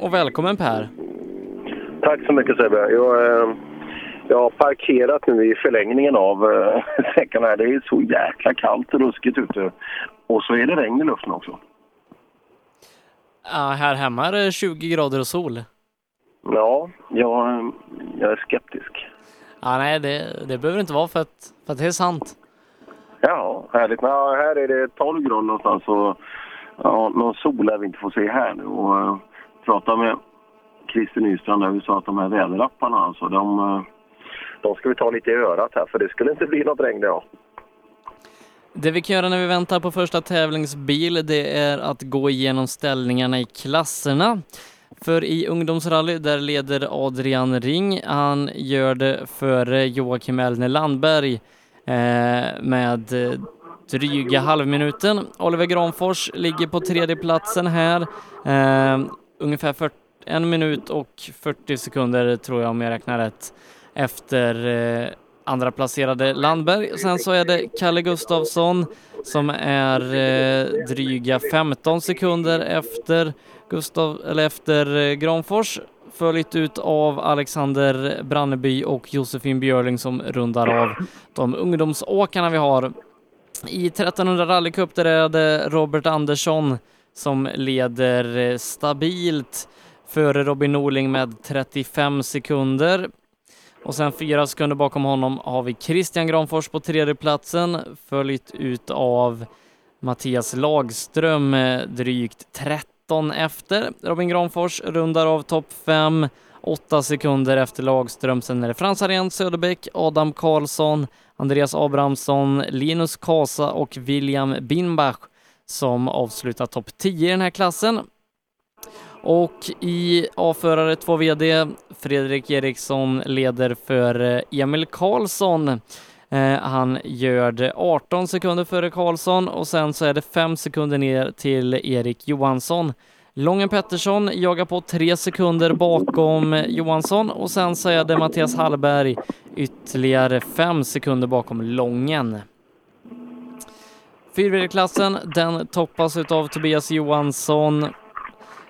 och välkommen Per. Tack så mycket Sebbe. Jag, eh, jag har parkerat nu i förlängningen av eh, säckarna här. Det är så jäkla kallt och ruskigt ute. Och så är det regn i luften också. Ja, här hemma är det 20 grader och sol. Ja, jag, eh, jag är skeptisk. Ja, nej, det, det behöver inte vara för att, för att det är sant. Ja, härligt. Ja, här är det 12 grader någonstans och ja, någon sol lär vi inte få se här nu. Och, eh, prata med Christer Nystrand där vi sa att de här väderapparna alltså, de, eh, de ska vi ta lite i örat här för det skulle inte bli något regn idag. Det vi kan göra när vi väntar på första tävlingsbil, det är att gå igenom ställningarna i klasserna. För i ungdomsrally, där leder Adrian Ring. Han gör det före Joakim Elner Landberg eh, med eh, dryga halvminuten. Oliver Granfors ligger på tredje platsen här. Eh, ungefär 40, en minut och 40 sekunder tror jag om jag räknar rätt efter eh, andra placerade Landberg. Sen så är det Kalle Gustafsson som är eh, dryga 15 sekunder efter, Gustav, eller efter eh, Granfors följt ut av Alexander Branneby och Josefin Björling som rundar av de ungdomsåkarna vi har. I 1300 rallycup där är det Robert Andersson som leder eh, stabilt före Robin Norling med 35 sekunder. Och sen fyra sekunder bakom honom har vi Christian Granfors på tredje platsen följt ut av Mattias Lagström eh, drygt 13 efter. Robin Granfors rundar av topp 5, 8 sekunder efter Lagström. Sen är det Frans Arén Söderbäck, Adam Karlsson, Andreas Abrahamsson, Linus Kasa och William Binbach som avslutar topp 10 i den här klassen. Och i A-förare 2 VD, Fredrik Eriksson leder för eh, Emil Karlsson. Eh, Han gör det 18 sekunder före Karlsson och sen så är det 5 sekunder ner till Erik Johansson. Lången Pettersson jagar på 3 sekunder bakom eh, Johansson och sen så är det Mattias Hallberg ytterligare 5 sekunder bakom Lången. Fyrhjulsklassen, den toppas utav Tobias Johansson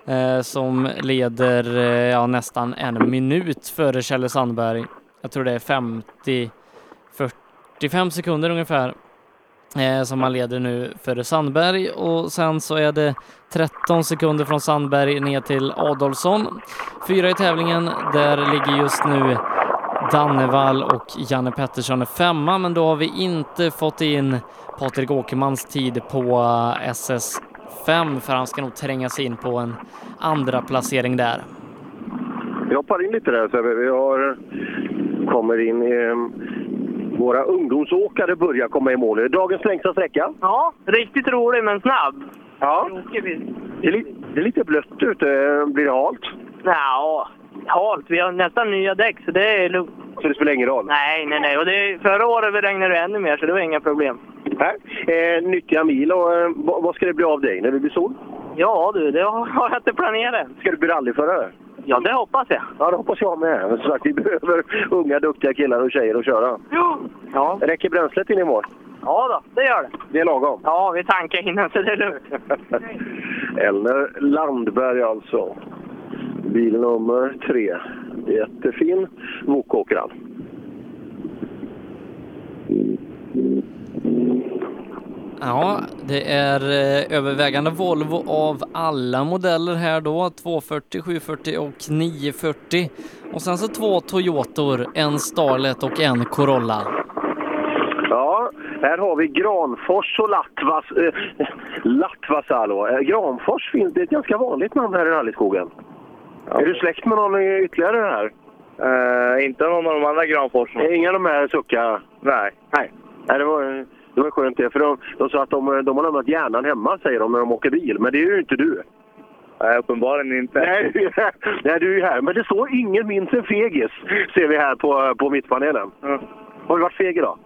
eh, som leder eh, ja, nästan en minut före Kjelle Sandberg. Jag tror det är 50, 45 sekunder ungefär eh, som han leder nu före Sandberg och sen så är det 13 sekunder från Sandberg ner till Adolfsson. Fyra i tävlingen, där ligger just nu Dannevall och Janne Pettersson är femma, men då har vi inte fått in Patrik Åkermans tid på eh, SS5, för han ska nog tränga sig in på en andra placering där. Jag hoppar in lite där Sebbe. Vi har, kommer in i... eh, Våra ungdomsåkare börjar komma i mål. Är det Dagens längsta sträcka? Ja, riktigt rolig men snabb. Ja. Tråkig bil. Det är, li- det är lite blött ute. Blir det halt? Nja, halt. Vi har nästan nya däck så det är lugnt. Så det spelar ingen roll? Nej, nej, nej. Och det, förra året regnade det ännu mer så det var inga problem. Nej. Eh, nyttiga mil och eh, vad, vad ska det bli av dig när det blir sol? Ja du, det har jag inte planerat. Ska du bli rallyförare? Ja, det hoppas jag. Ja, det hoppas jag med. Men Som sagt, vi behöver unga duktiga killar och tjejer att köra. Ja, Räcker bränslet in i mål? ja då, det gör det. Det är lagom. Ja, vi tankar innan så det är lugnt. Eller Landberg alltså. Bil nummer tre. Jättefin Wokåker han. Ja, det är eh, övervägande Volvo av alla modeller här då, 240, 740 och 940. Och sen så två Toyotor, en Starlet och en Corolla. Ja, här har vi Granfors och Latvas... Eh, Latvasalo. Eh, Granfors finns, det är ett ganska vanligt namn här i rallyskogen. Är du släkt med någon eh, ytterligare här? Eh, Eh, inte någon av de andra Granforsen. Inga av de här suckar? Nej. Nej, Nej det, var, det var skönt det. För de, de sa att de, de har lämnat hjärnan hemma, säger de, när de åker bil. Men det är ju inte du. Nej, Eh, uppenbarligen inte. Nej, du är här. Nej, du är här. Men det står ingen minns en fegis, ser vi här på, på mittpanelen. Har du varit feg idag?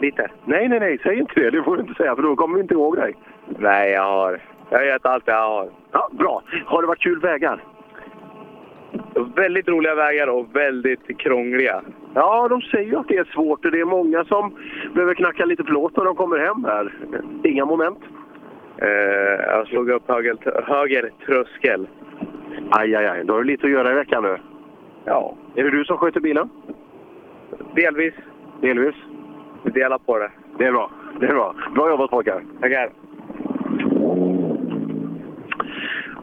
Lite. Nej, nej, nej, säg inte det. Det får du inte säga, för då kommer vi inte ihåg dig. Nej, jag har... Jag gett allt jag har. Ja, bra. Har det varit kul vägar? Väldigt roliga vägar och väldigt krångliga. Ja, de säger ju att det är svårt och det är många som behöver knacka lite plåt när de kommer hem här. Inga moment. Eh, jag slog upp höger, höger tröskel. Aj, aj, aj. Då har du lite att göra i veckan nu. Ja, Är det du som sköter bilen? delvis. Delvis? Vi delar på det. Det är bra. Det är bra. Bra jobbat pojkar. Tackar.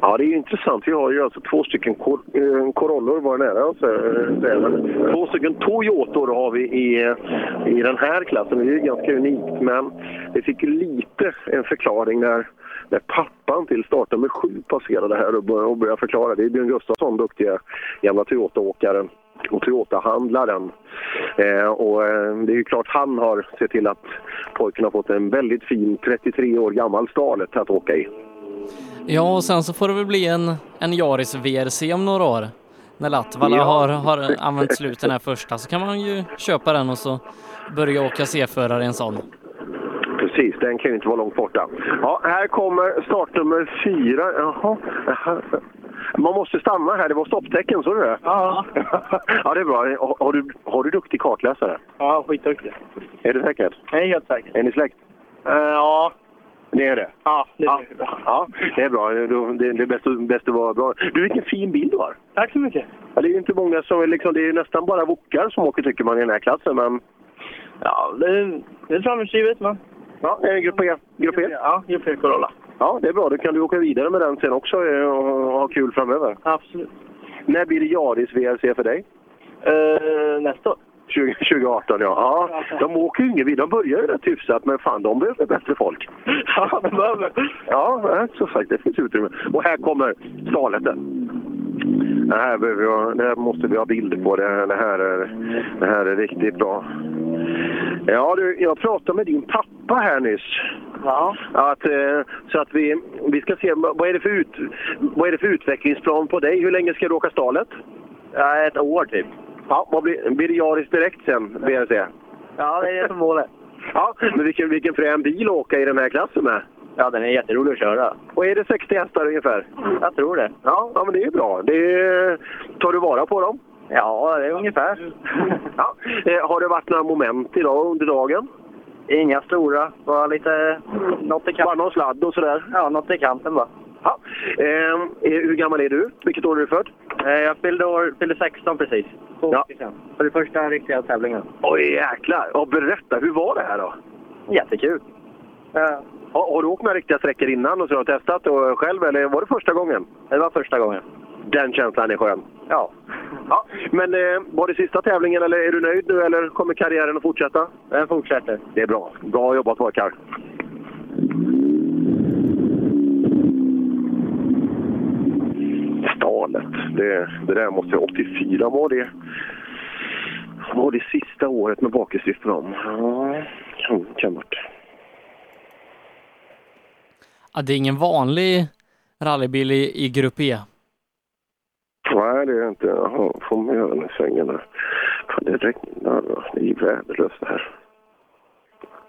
Ja, det är ju intressant. Vi har ju alltså två stycken Cor eh, Corollor var nära oss. eh, säger man. Två stycken Toyotor har vi i, eh, i den här klassen. Det är ju ganska unikt, men vi fick ju lite en förklaring när, när pappan till startnummer sju passerade här och bör- och började förklara. Det är Björn Gustafsson, duktiga gamla Toyota-åkaren och Toyota-handlaren. Eh, och eh, det är ju klart han har sett till att pojken har fått en väldigt fin 33 år gammal Starlet att åka i. Ja, och sen så får det väl bli en, en Yaris VRC om några år. När Latvala Ja. har, har använt slut den här första så kan man ju köpa den och så börja åka C-förare i en sån. Precis, den kan ju inte vara långt borta. Ja, här kommer startnummer fyra. Jaha. Man måste stanna här, det var stopptecken, såg du det? Ja, ja, det är bra. Har- Har du, har du duktig kartläsare? ja skitduktig. Är det säkert? Jag är helt säker. Är ni släkt? Eh, ja, Det är det? ja, det Ja, blir bra. ja det är bra. Då- Det det är bäst, bäst att vara bra. Du, vilken fin bil du har! Tack så mycket. Ja, det är ju inte många som, är liksom, det är ju nästan bara wokar som åker tycker man i den här klassen, men Ja, det, det är framåtskrivet, men... ja, det är grupp E. Grupp e. Ja, jag får Corolla. Ja, det är bra. Då kan du åka vidare med den sen också eh, och ha kul framöver. Absolut. När blir det Yaris VRC för dig? Eh, nästa år. 20, 2018 ja. ja. De åker ju ingen vid. De börjar ju rätt hyfsat men fan de behöver bättre folk. Ja, det behöver Ja, ja, som sagt det finns utrymme. Och här kommer Starleten. Det här, behöver jag, det här måste vi ha bild på. Det här, det här, är, det här är riktigt bra. Ja du, jag pratade med din pappa här nyss. Ja. Att, eh, så att vi, vi ska se, vad är, det för ut, vad är det för utvecklingsplan på dig? Hur länge ska du åka stalet? ja, ett år typ. Ja, vad blir, blir det Yaris direkt sen, VRC? Ja, det är det som målet. Ja, men vilken, vilken frän bil att åka i den här klassen med. Ja, den är jätterolig att köra. Och är det 60 hästar ungefär? Jag tror det. Ja, ja men det är ju bra. Det är, tar du vara på dem? Ja, det är ungefär. Ja. Eh, har det varit några moment idag under dagen? Inga stora, bara lite... Något i Bara kanten. någon sladd och sådär? Ja, något i kanten bara. Ja. Eh, eh, hur gammal är du? Vilket år är du född? Eh, Jag fyllde, år, fyllde 16 precis. Två Ja. veckor sedan. För det första riktiga tävlingen. Oj jäklar! Ja, berätta, hur var det här då? Jättekul. Eh, Har, har du åkt några riktiga sträckor innan och så har du testat och själv eller var det första gången? Det var första gången. Den känslan är skön. Ja. Ja. Men eh, var det sista tävlingen eller är du nöjd nu eller kommer karriären att fortsätta? Den fortsätter. Det är bra. Bra jobbat pojkar. Stalet. Det, det där måste jag... 84 var det... Var det sista året med bakhjulsdriften om? Ja, kan, kan vart. Ja, det är ingen vanlig rallybil i, i grupp E. Nej, det är inte. Jaha, får man göra den i svängen där? Fan, det regnar. va? Det är ju väderlöst det här.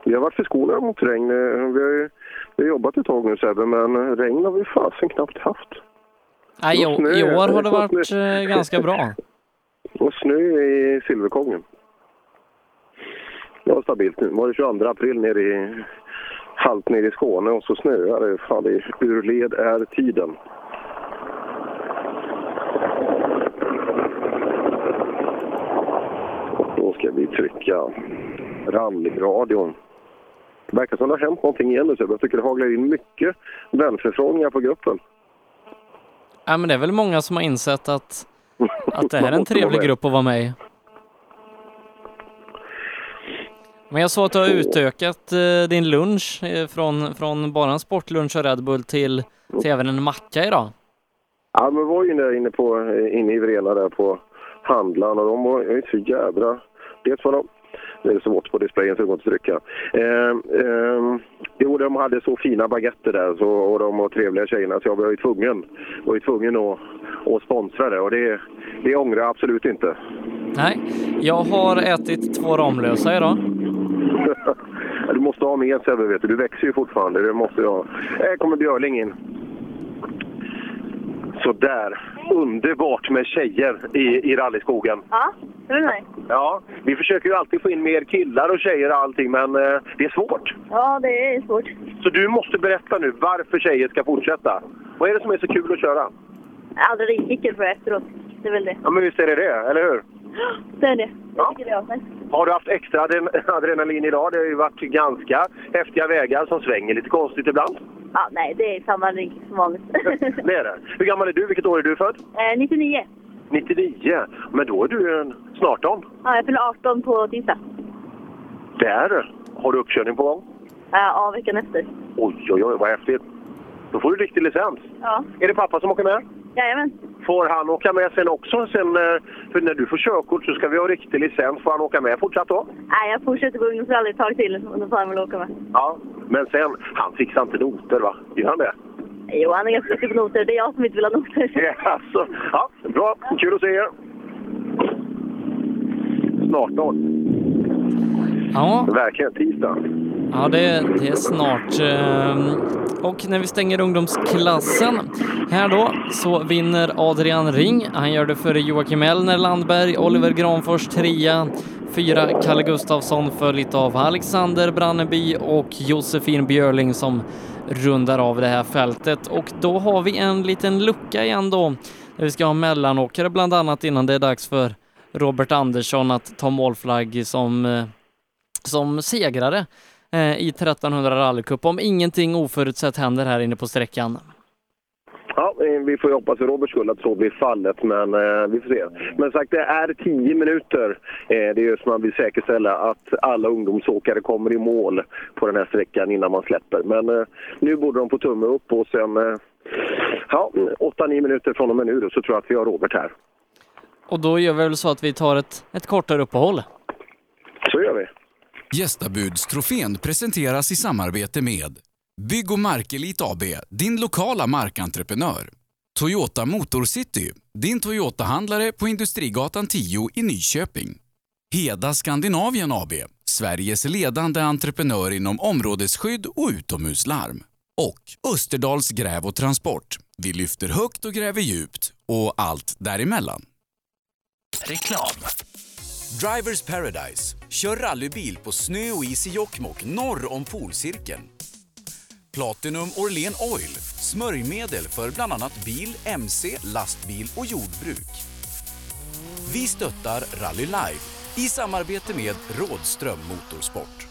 Vi har varit förskonade mot regn. Eh, Vi har, ju- vi har jobbat ett tag nu Sebbe, men eh, regn har vi fasen knappt haft. Nej, i, Och snö. i år har det Och varit snö. eh, ganska bra. Och snö i Silverkongen. Det var stabilt nu. Var det 22 april nere i, halt nere i Skåne och så snöar det. Fan, det är, ur led är tiden. Då ska vi trycka rallyradion. Det verkar som det har hänt någonting igen nu Sebbe. Jag tycker det haglar in mycket vänförfrågningar på gruppen. Ja, men det är väl många som har insett att, att det här är Man en måste vara trevlig med. grupp att vara med i. Men jag såg att du har utökat eh, din lunch eh, från, från bara en sportlunch och Red Bull till, till även en macka idag. Ja, men var ju där inne, på, eh, inne i Vrena där på handlaren och de var ju så jädra... Dels var de... Det är svårt på displayen så det går inte att trycka. Eh, eh, jo, de hade så fina baguetter där så, och de var trevliga tjejerna så jag var ju tvungen, var ju tvungen att, att sponsra det och det, det ångrar jag absolut inte. Nej, jag har ätit två Ramlösa idag. du måste ha med Sebbe, vet du. Du växer ju fortfarande. Det måste du ha. Här kommer Björling in. Sådär. Underbart med tjejer i, i rallyskogen. Ja, det är nice. Ja, vi försöker ju alltid få in mer killar och tjejer och allting, men eh, det är svårt. Ja, det är svårt. Så du måste berätta nu varför tjejer ska fortsätta. Vad är det som är så kul att köra? Aldrig riktigt kul för efteråt. Det är väl det. Ja, men visst är det det, eller hur? Det är det. Ja. Jag tycker det är asnice. Har du haft extra adren- adrenalin idag? Det har ju varit ganska häftiga vägar som svänger lite konstigt ibland. Ja, nej, det är samma rigg som vanligt. Det är det. Hur gammal är du? Vilket år är du född? eh, 99. 99. Men då är du en snart 18. Ja, jag fyller 18 på tisdag. Där har du uppkörning på gång. Eh, ja, veckan efter. Oj, oj, oj, vad häftigt. Då får du riktig licens. Ja, Är det pappa som åker med? jajamän. Får han åka med sen också? Sen, eh, för när du får körkort så ska vi ha riktig licens. Får han åka med fortsatt då? Nej, jag fortsätter på ungdomsrally ett tag till och då får han väl åka med. Ja. Men sen, han fixar inte noter va? Gör han det? Jo, han är ganska duktig på noter. Det är jag som inte vill ha noter. Ja, Alltså, ja, bra. Kul att se er. Snart då. Ja, Verkligen tisdag. ja det, det är snart. ehm, Och när vi stänger ungdomsklassen här då så vinner Adrian Ring. Han gör det före Joakim Elner Landberg, Oliver Granfors trea, fyra Kalle Gustafsson följt av Alexander Branneby och Josefin Björling som rundar av det här fältet. Och då har vi en liten lucka igen då. där Vi ska ha mellanåkare bland annat innan det är dags för Robert Andersson att ta målflagg som eh, som segrare eh, i 1300 rallycup om ingenting oförutsett händer här inne på sträckan. Ja, eh, vi får ju hoppas för Roberts skull att så blir fallet, men eh, vi får se. Men sagt, det är 10 minuter. Eh, det är just man vill säkerställa att alla ungdomsåkare kommer i mål på den här sträckan innan man släpper. Men eh, nu borde de få tumme upp och sen... Eh, ja, 8-9 minuter från och med nu då, så tror jag att vi har Robert här. Och då gör vi väl så att vi tar ett, ett kortare uppehåll. Så gör vi. Gästabudstrofén presenteras i samarbete med Bygg och Markelit AB, din lokala markentreprenör. Toyota Motorcity, din Toyota-handlare på Industrigatan 10 i Nyköping. Heda Skandinavien AB, Sveriges ledande entreprenör inom områdesskydd och utomhuslarm. Och Österdals Gräv och Transport. Vi lyfter högt och gräver djupt och allt däremellan. Drivers Paradise. Kör rallybil på snö och is i Jokkmokk norr om polcirkeln. Platinum Orlen Oil. Smörjmedel för bland annat bil, mc, lastbil och jordbruk. Vi stöttar Rally Live i samarbete med Rådström Motorsport.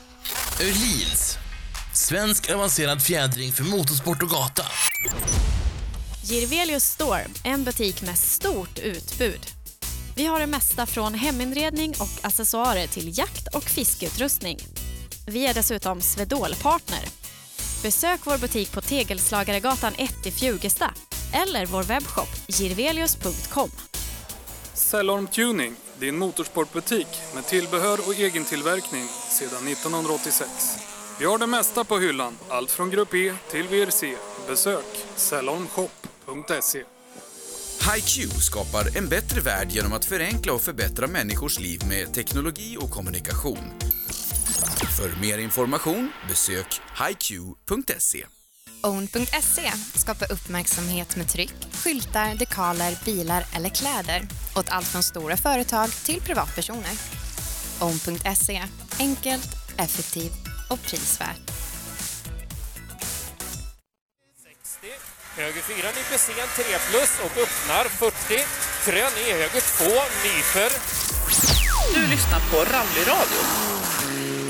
Öhlins. Svensk avancerad fjädring för motorsport och gata. Girvelius Store, en butik med stort utbud. Vi har det mesta från heminredning och accessoarer till jakt och fiskeutrustning. Vi är dessutom Swedol-partner. Besök vår butik på Tegelslagaregatan 1 i Fjugesta eller vår webbshop girvelius.com. Cellorm Tuning, din motorsportbutik med tillbehör och egen tillverkning sedan 1986. Vi har det mesta på hyllan, allt från Grupp E till VRC. Besök cellormshop.se. HiQ skapar en bättre värld genom att förenkla och förbättra människors liv med teknologi och kommunikation. För mer information besök hiq.se. Own.se skapar E. uppmärksamhet med tryck, skyltar, dekaler, bilar eller kläder åt allt från stora företag till privatpersoner. Own.se E. enkelt, effektivt och prisvärt. Höger 4, Nipesén 3 plus och öppnar 40. Krön i höger 2, Nyfer. Du lyssnar på Rallyradio.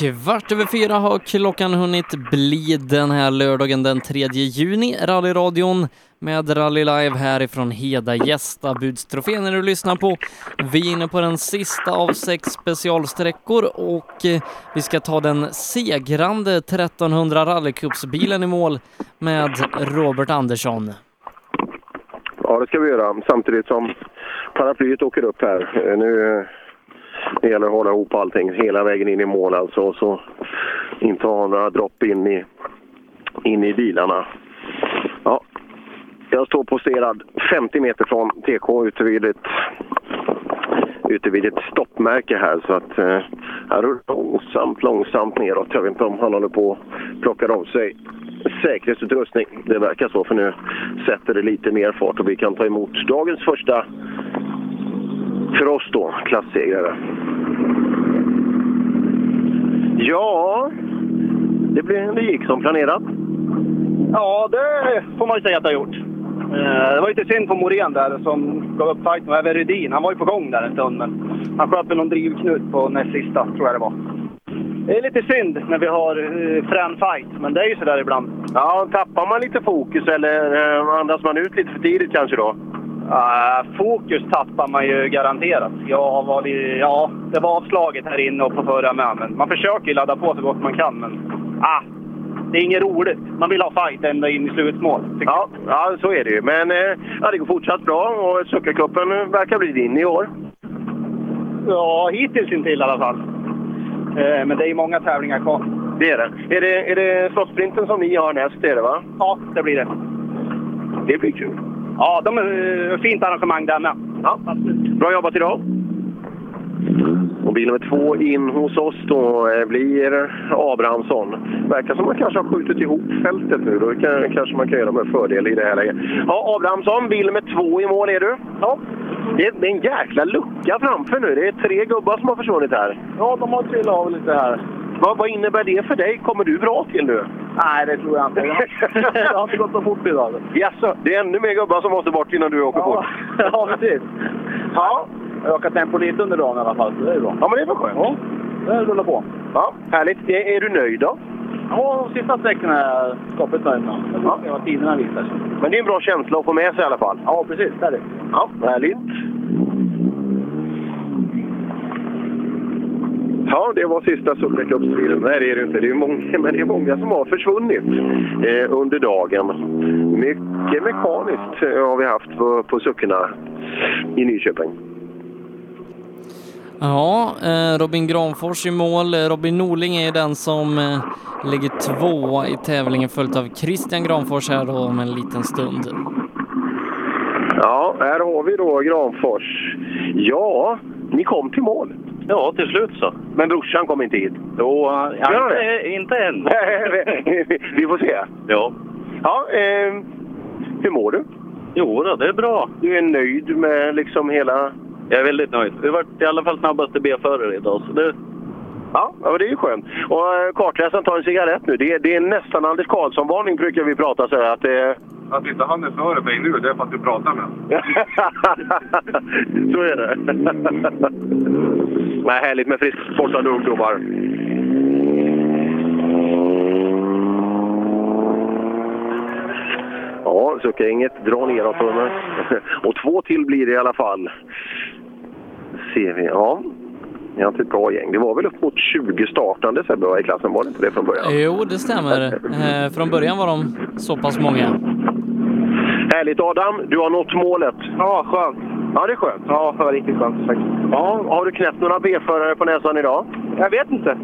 Kvart över fyra har klockan hunnit bli den här lördagen den 3 juni. Rallyradion med Rally Live härifrån Heda Gästabudstrofén när du lyssnar på. Vi är inne på den sista av sex specialsträckor och eh, vi ska ta den segrande 1300 rallycupsbilen i mål med Robert Andersson. Ja, det ska vi göra. Samtidigt som paraplyet åker upp här. Eh, Nu eh, det gäller att hålla ihop allting hela vägen in i mål alltså. Och så inte ha några dropp in i, in i bilarna. Ja, jag står posterad 50 meter från TK ute vid ett, ute vid ett stoppmärke här. Så att eh, här rullar det långsamt, långsamt neråt. Jag vet inte om han håller på och plockar av sig säkerhetsutrustning. Det verkar så för nu sätter det lite mer fart och vi kan ta emot dagens första cross då, klassegrare. Ja, det, blev, det gick som planerat. Ja, det får man ju säga att jag har gjort. Eh, Det var lite synd på Morén där som gav upp fighten och även Rydin. Han var ju på gång där en stund men han sköt väl någon drivknut på näst sista tror jag det var. Det är lite synd när vi har eh, frän fight, men det är ju sådär ibland. Ja, tappar man lite fokus eller eh, andas man ut lite för tidigt kanske då? Ah, fokus tappar man ju garanterat. Jag var, li- ja, det var avslaget här inne och på förra med. Men man försöker ju ladda på så gott man kan. Men ah, det är inget roligt. Man vill ha fight ända in i slutmål. Ja, ja så är det ju. Men eh, ja, det går fortsatt bra och Suckarcupen verkar bli din i år. Ja, hittills inte i alla fall. Eh, men det är ju många tävlingar kvar. Det är det. Är det, är det slottssprinten som ni har näst, är det va? Ja, det blir det. Det blir kul. Ja, de är eh, fint arrangemang där med. Ja, bra jobbat idag. Och bil nummer två in hos oss då eh, blir Abrahamsson. Verkar som man kanske har skjutit ihop fältet nu. Då kan, kanske man kan göra med fördel i det här läget. Ja, Abrahamsson, bil nummer två i mål är du. Ja. Det är, det är en jäkla lucka framför nu. Det är tre gubbar som har försvunnit här. Ja, de har trillat av lite här. Vad, vad innebär det för dig? Kommer du bra till nu? Nej, det tror jag inte. Det har inte gått så fort idag. Jaså, det är ännu mer gubbar som måste bort innan du åker fort. Ja, precis. Ja. Jag har ökat tempo lite under dagen i alla fall, så det är bra. Ja, men det är väl skönt. Ja, det rullar på. Ja, härligt. Är, är du nöjd då? Ja, de sista sträckorna är jag skapligt nöjd med. Jag får se vad tiderna visar sig. Men det är en bra känsla att få med sig i alla fall. Ja, precis. Det är det. Ja, härligt. Ja, det var sista Solveig-cupstriden. Nej, det är det inte. Det är många, men det är många som har försvunnit eh, under dagen. Mycket mekaniskt eh, har vi haft på, på suckorna i Nyköping. Ja, eh, Robin Granfors i mål. Robin Norling är ju den som eh, ligger tvåa i tävlingen följt av Christian Granfors här då om en liten stund. Ja, här har vi då Granfors. Ja, ni kom till mål. Ja, till slut så. Men brorsan kom inte hit? Jo, ja, inte, Eh, inte än. vi får se. Ja. Ja, eh, hur mår du? Jo, då, det är bra. Du är nöjd med liksom hela... Jag är väldigt nöjd. Vi var i alla fall snabbaste B-förare idag, så det... Ja, ja, men det är ju skönt. Och eh, kartläsaren tar en cigarett nu. Det är, det är nästan Anders Karlsson-varning brukar vi prata så här att det... Att inte han är före mig nu, det är för att du pratar med honom. Så är det. Nej, härligt med friskt sportade ungdomar. Ja, Sucka-gänget drar neråt. Och två till blir det i alla fall. Ser vi. Ja, det är inte ett bra gäng. Det var väl upp mot 20 startande Sebbe va, i klassen? Var det inte det från början? Jo, det stämmer. Eh, från början var de så pass många. Härligt Adam, du har nått målet. Ja, skönt. Ja, det är skönt. Ja, det var riktigt skönt faktiskt. Ja, har du knäppt några B-förare på näsan idag? Jag vet inte.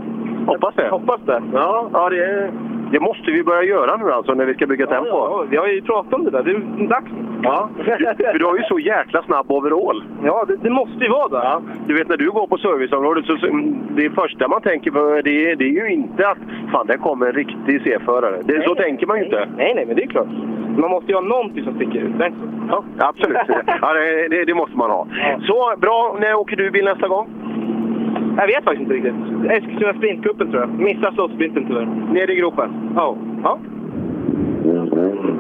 Hoppas det. Hoppas det. Ja, ja det, det måste vi börja göra nu alltså när vi ska bygga tempo. Ja, vi har ju pratat om det där. Det är dags Ja, du, för du har ju så jäkla snabb overall. Ja, det, måste ju vara det. Ja. Du vet när du går på serviceområdet så, så mm, det första man tänker på det, är- det är ju inte att fan, där kommer en riktig C-förare. Det, så tänker man ju inte. Nej, nej, men det är klart. Man måste ju ha någonting som sticker ut. Ja, absolut. Ja, det, det, det måste man ha. Så, bra. När åker du bil nästa gång? Jag vet faktiskt inte riktigt. Eskilstuna Sprintcupen tror jag. Missar Slottssprinten tyvärr. Nere i gropen? Ja. ja. Nere i gropen.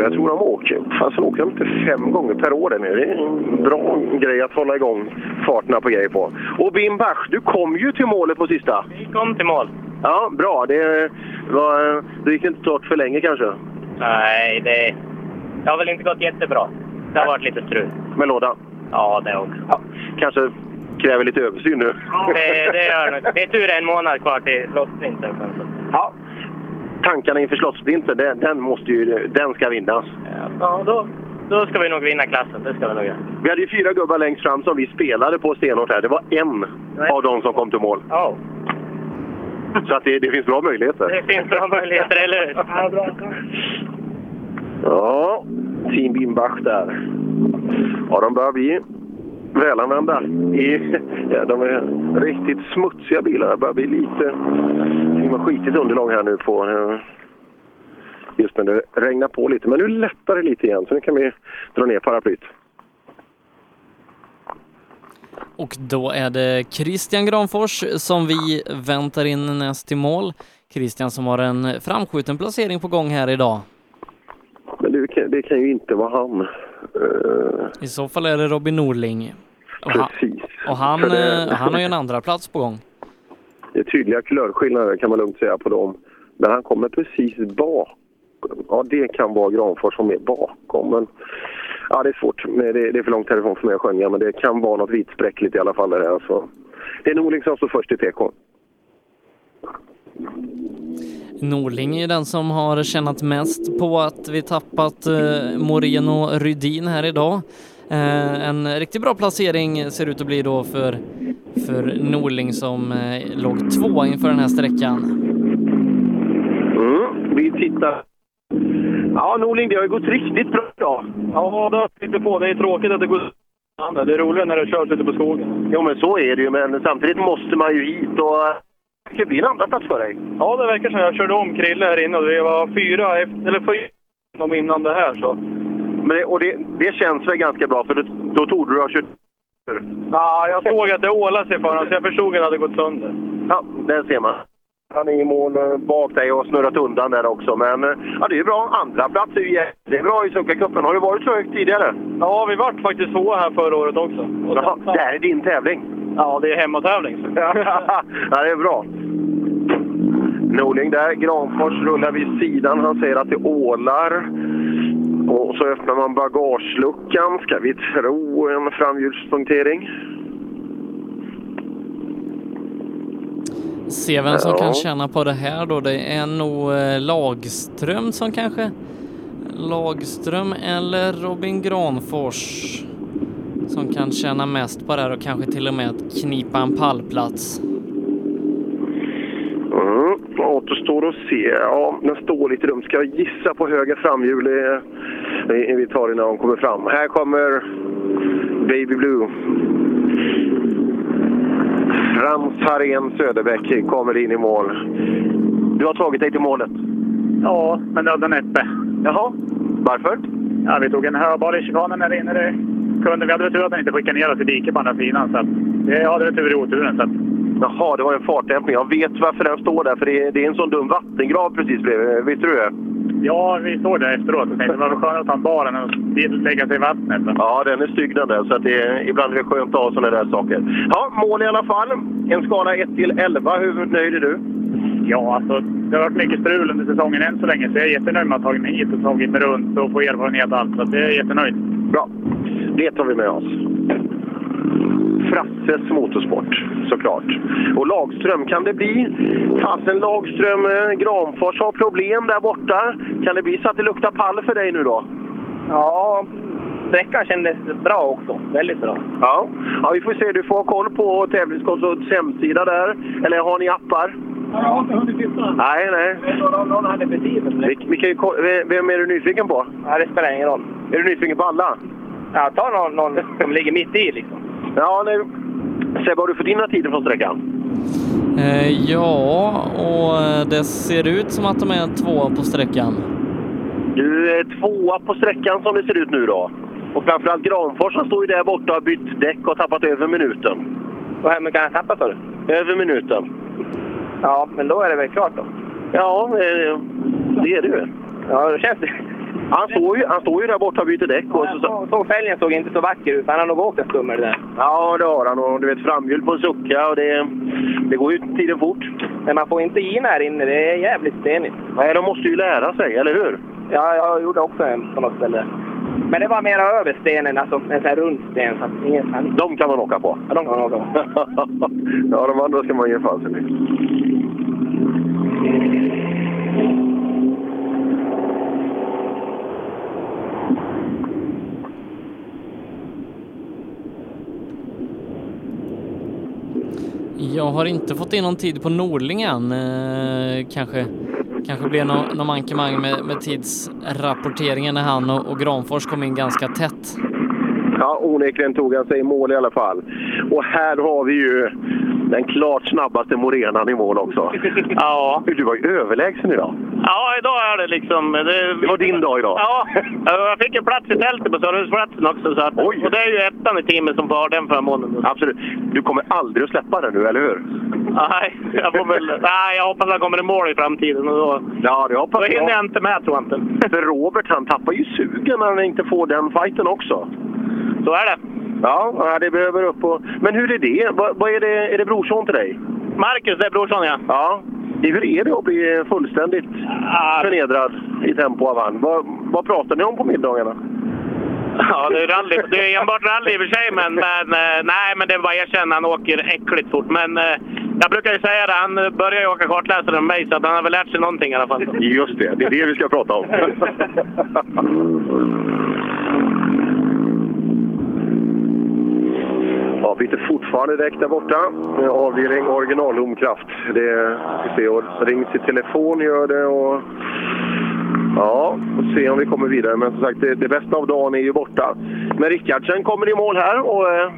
Mm. Jag tror de åker, alltså, åker de inte fem gånger per år där nere. Det är en bra grej att hålla igång farterna på grejer på. Och Bimbach, du kom ju till målet på sista. Vi kom till mål. Ja, bra. Det, var, det gick inte torrt för länge kanske? Nej, det, det har väl inte gått jättebra. Det har varit lite strul. Med lådan? Ja, det också. Kanske kräver lite översyn nu. Det, det gör nog. Det är tur det är en månad kvar till lottsprinten. Ja. Tankarna inför Slottssprinten, den, den, måste ju, den ska vinnas. Ja, då, då ska vi nog vinna klassen. Det ska vi nog göra. Vi hade ju fyra gubbar längst fram som vi spelade på stenhårt här. Det var en av dem som kom till mål. Ja. Så att det, det finns bra möjligheter. Det finns bra möjligheter, eller hur? Ja, bra. Ja, Team Bimbach där. Ja, de börjar bli välanvända. I, ja, de är riktigt smutsiga bilar. Det börjar bli lite... Det var skitigt underlag här nu på... eh, Just när det regnar på lite. Men nu lättar det lite igen, så nu kan vi dra ner paraplyet. Och då är det Christian Granfors som vi väntar in näst till mål. Christian som har en framskjuten placering på gång här idag. Men det, kan- det kan ju inte vara han. Eh, I så fall är det Robin Norling. Och han, Precis. och han, För det- eh, han har ju en andra plats på gång. Det är tydliga klörskillnader kan man lugnt säga på dem. Men han kommer precis bakom. Ja, det kan vara Granfors som är bakom. Men, ja, det är svårt. Men Det, det är för långt härifrån för mig att skönja, men det kan vara något vitspräckligt i alla fall. Där, alltså. Det är Norling som står först i PK. Norling är ju den som har tjänat mest på att vi tappat eh, Moreno Rydin här idag. Eh, en riktigt bra placering ser ut att bli då för, för Norling som eh, låg två inför den här sträckan. Mm, vi tittar. Ja, Norling, det har ju gått riktigt bra idag. Ja, det har lite på. Det är tråkigt att det går sönder. Det är roligare när det körs ute på skogen. Jo, men så är det ju. Men samtidigt måste man ju hit och... Det blir en andra plats för dig. Ja, det verkar som jag körde om Krille här inne och det var fyra efter, eller fyra om innan det här. Så. Men det, och det, det känns väl ganska bra, för då, då tog du ha kört... Ja, jag såg att det ålade sig för honom så jag förstod att det hade gått sönder. Ja, där ser man. Han är i mål eh, bak dig och har snurrat undan där också. Men eh, ja, det är ju bra. Andra plats är ju jättebra i Sunkacupen. Har du varit så högt tidigare? Ja, vi vart faktiskt tvåa här förra året också. Och Jaha, det här är din tävling? Ja, det är hemmatävling. Så. ja, det är bra. Norling där. Granfors rullar vid sidan. Han säger att det ålar. Och så öppnar man bagageluckan. Ska vi tro en framhjulspunktering? Se vem som Ja. kan tjäna på det här då. Det är nog eh, Lagström som kanske... Lagström eller Robin Granfors som kan tjäna mest på det här och kanske till och med att knipa en pallplats. Mm, vad återstår att se. Ja, den står lite dumt. Ska jag gissa på höger framhjul? Det- det- Vi tar det när de kommer fram. Här kommer Baby Blue. Frans Harén Söderbäck kommer in i mål. Du har tagit dig till målet? Ja, men nöden näppe. Jaha, varför? Ja, vi tog en högbar i chikanen där inne. Det kunde, vi hade väl tur att den inte skickade ner oss i diket på andra sidan. Så att, det hade väl tur i oturen. Så att, Jaha, det var en fartdämpning. Jag vet varför den står där, för det är, det är en sån dum vattengrav precis bredvid. Visste du det? ja, vi såg det efteråt och tänkte det var väl skönare att ta en baren och lägga sig i vattnet. Så. Ja, den är snygg den där. Så att det är, ibland är det skönt att ha såna där saker. Ja, mål i alla fall. En skala 1 till 11. Hur nöjd är du? Ja, alltså, det har varit mycket strul under säsongen än så länge. Så jag är jättenöjd med att ha tagit mig hit och tagit mig runt och få erfarenhet och allt. Så att, det är jag jättenöjd. Bra. Det tar vi med oss. Frasses Motorsport, såklart. Och Lagström kan det bli. Fasen Lagström, eh, Granfors har problem där borta. Kan det bli så att det luktar pall för dig nu då? Ja, sträckan kändes bra också. Väldigt bra. Ja. ja vi får se. Du får ha koll på tävlingskonsults hemsida där. Eller har ni appar? Jag har inte hunnit titta. Nej, nej. Någon hade Vi, vi kan ju, ko- ve- vem är du nyfiken på? Ja, det spelar ingen roll. Är du nyfiken på alla? Ja, ta någon, någon som ligger mitt i liksom. Ja, nej. Sebbe, har du fått dina tider från sträckan? Eh, ja, och eh, det ser ut som att de är två på sträckan. Du är tvåa på sträckan som det ser ut nu då. Och framförallt Granfors som står ju där borta och har bytt däck och tappat över minuten. Och hur mycket har han tappat sa du? Över minuten. Ja, men då är det väl klart då. Ja, eh, det är det ju. Ja, det känns det. Han står ju, han står ju där borta och byter däck. Och så, så, så fälgen såg inte så vacker ut. Han har nog åkt en stumme det där. Ja, det har han. Och du vet, framhjul på en sucka och det, det går ju tiden fort. Men man får inte in här inne. Det är jävligt stenigt. Nej, de måste ju lära sig, eller hur? Ja, jag gjorde också en på något ställe. Men det var mera över stenen, alltså en sån här rund sten. Så att ingen kan... De kan man åka på? Ja, de kan man åka på. ja, de andra ska man ge fan i. Jag har inte fått in någon tid på Norling än. Eh, kanske, kanske blir någon, någon mankemang med, med tidsrapporteringen när han och, och Granfors kom in ganska tätt. Ja, onekligen tog han sig i mål i alla fall. Och här har vi ju den klart snabbaste morenan i mål också. Ja. Du var ju överlägsen idag. Ja, idag är det liksom... Det, Det var din dag idag. Ja, jag fick en plats i tältet på serviceplatsen också. Så att, och det är ju ettan i teamet som får den förmånen. Absolut. Du kommer aldrig att släppa den nu, eller hur? Nej, jag får väl... Nej, jag hoppas han kommer i mål i framtiden. Och då, ja, det hoppas då hinner jag. jag inte med, tror jag inte. För Robert han tappar ju sugen när han inte får den fighten också. Så är det. Ja, ja, det behöver upp och... Men hur är det? Vad, vad är, det är det brorson till dig? Marcus, det är brorson ja. Ja. Hur är det att bli fullständigt förnedrad i tempo av han? Vad, vad pratar ni om på middagarna? Ja, det är rally. Det är enbart rally i och för sig, men, men eh, nej, men det är bara jag känner. Han åker äckligt fort. Men eh, jag brukar ju säga det, han eh, börjar ju åka kartläsare än mig, så att han har väl lärt sig någonting i alla fall. Just det, det är det vi ska prata om. Ja, vi sitter fortfarande direkt där borta. Eh, Avdelning originaldomkraft. Det vi ser och ringt i telefon gör det och... Ja, och se om vi kommer vidare. Men som sagt, det, det bästa av dagen är ju borta. Men Rickardsen kommer i mål här och... Eh,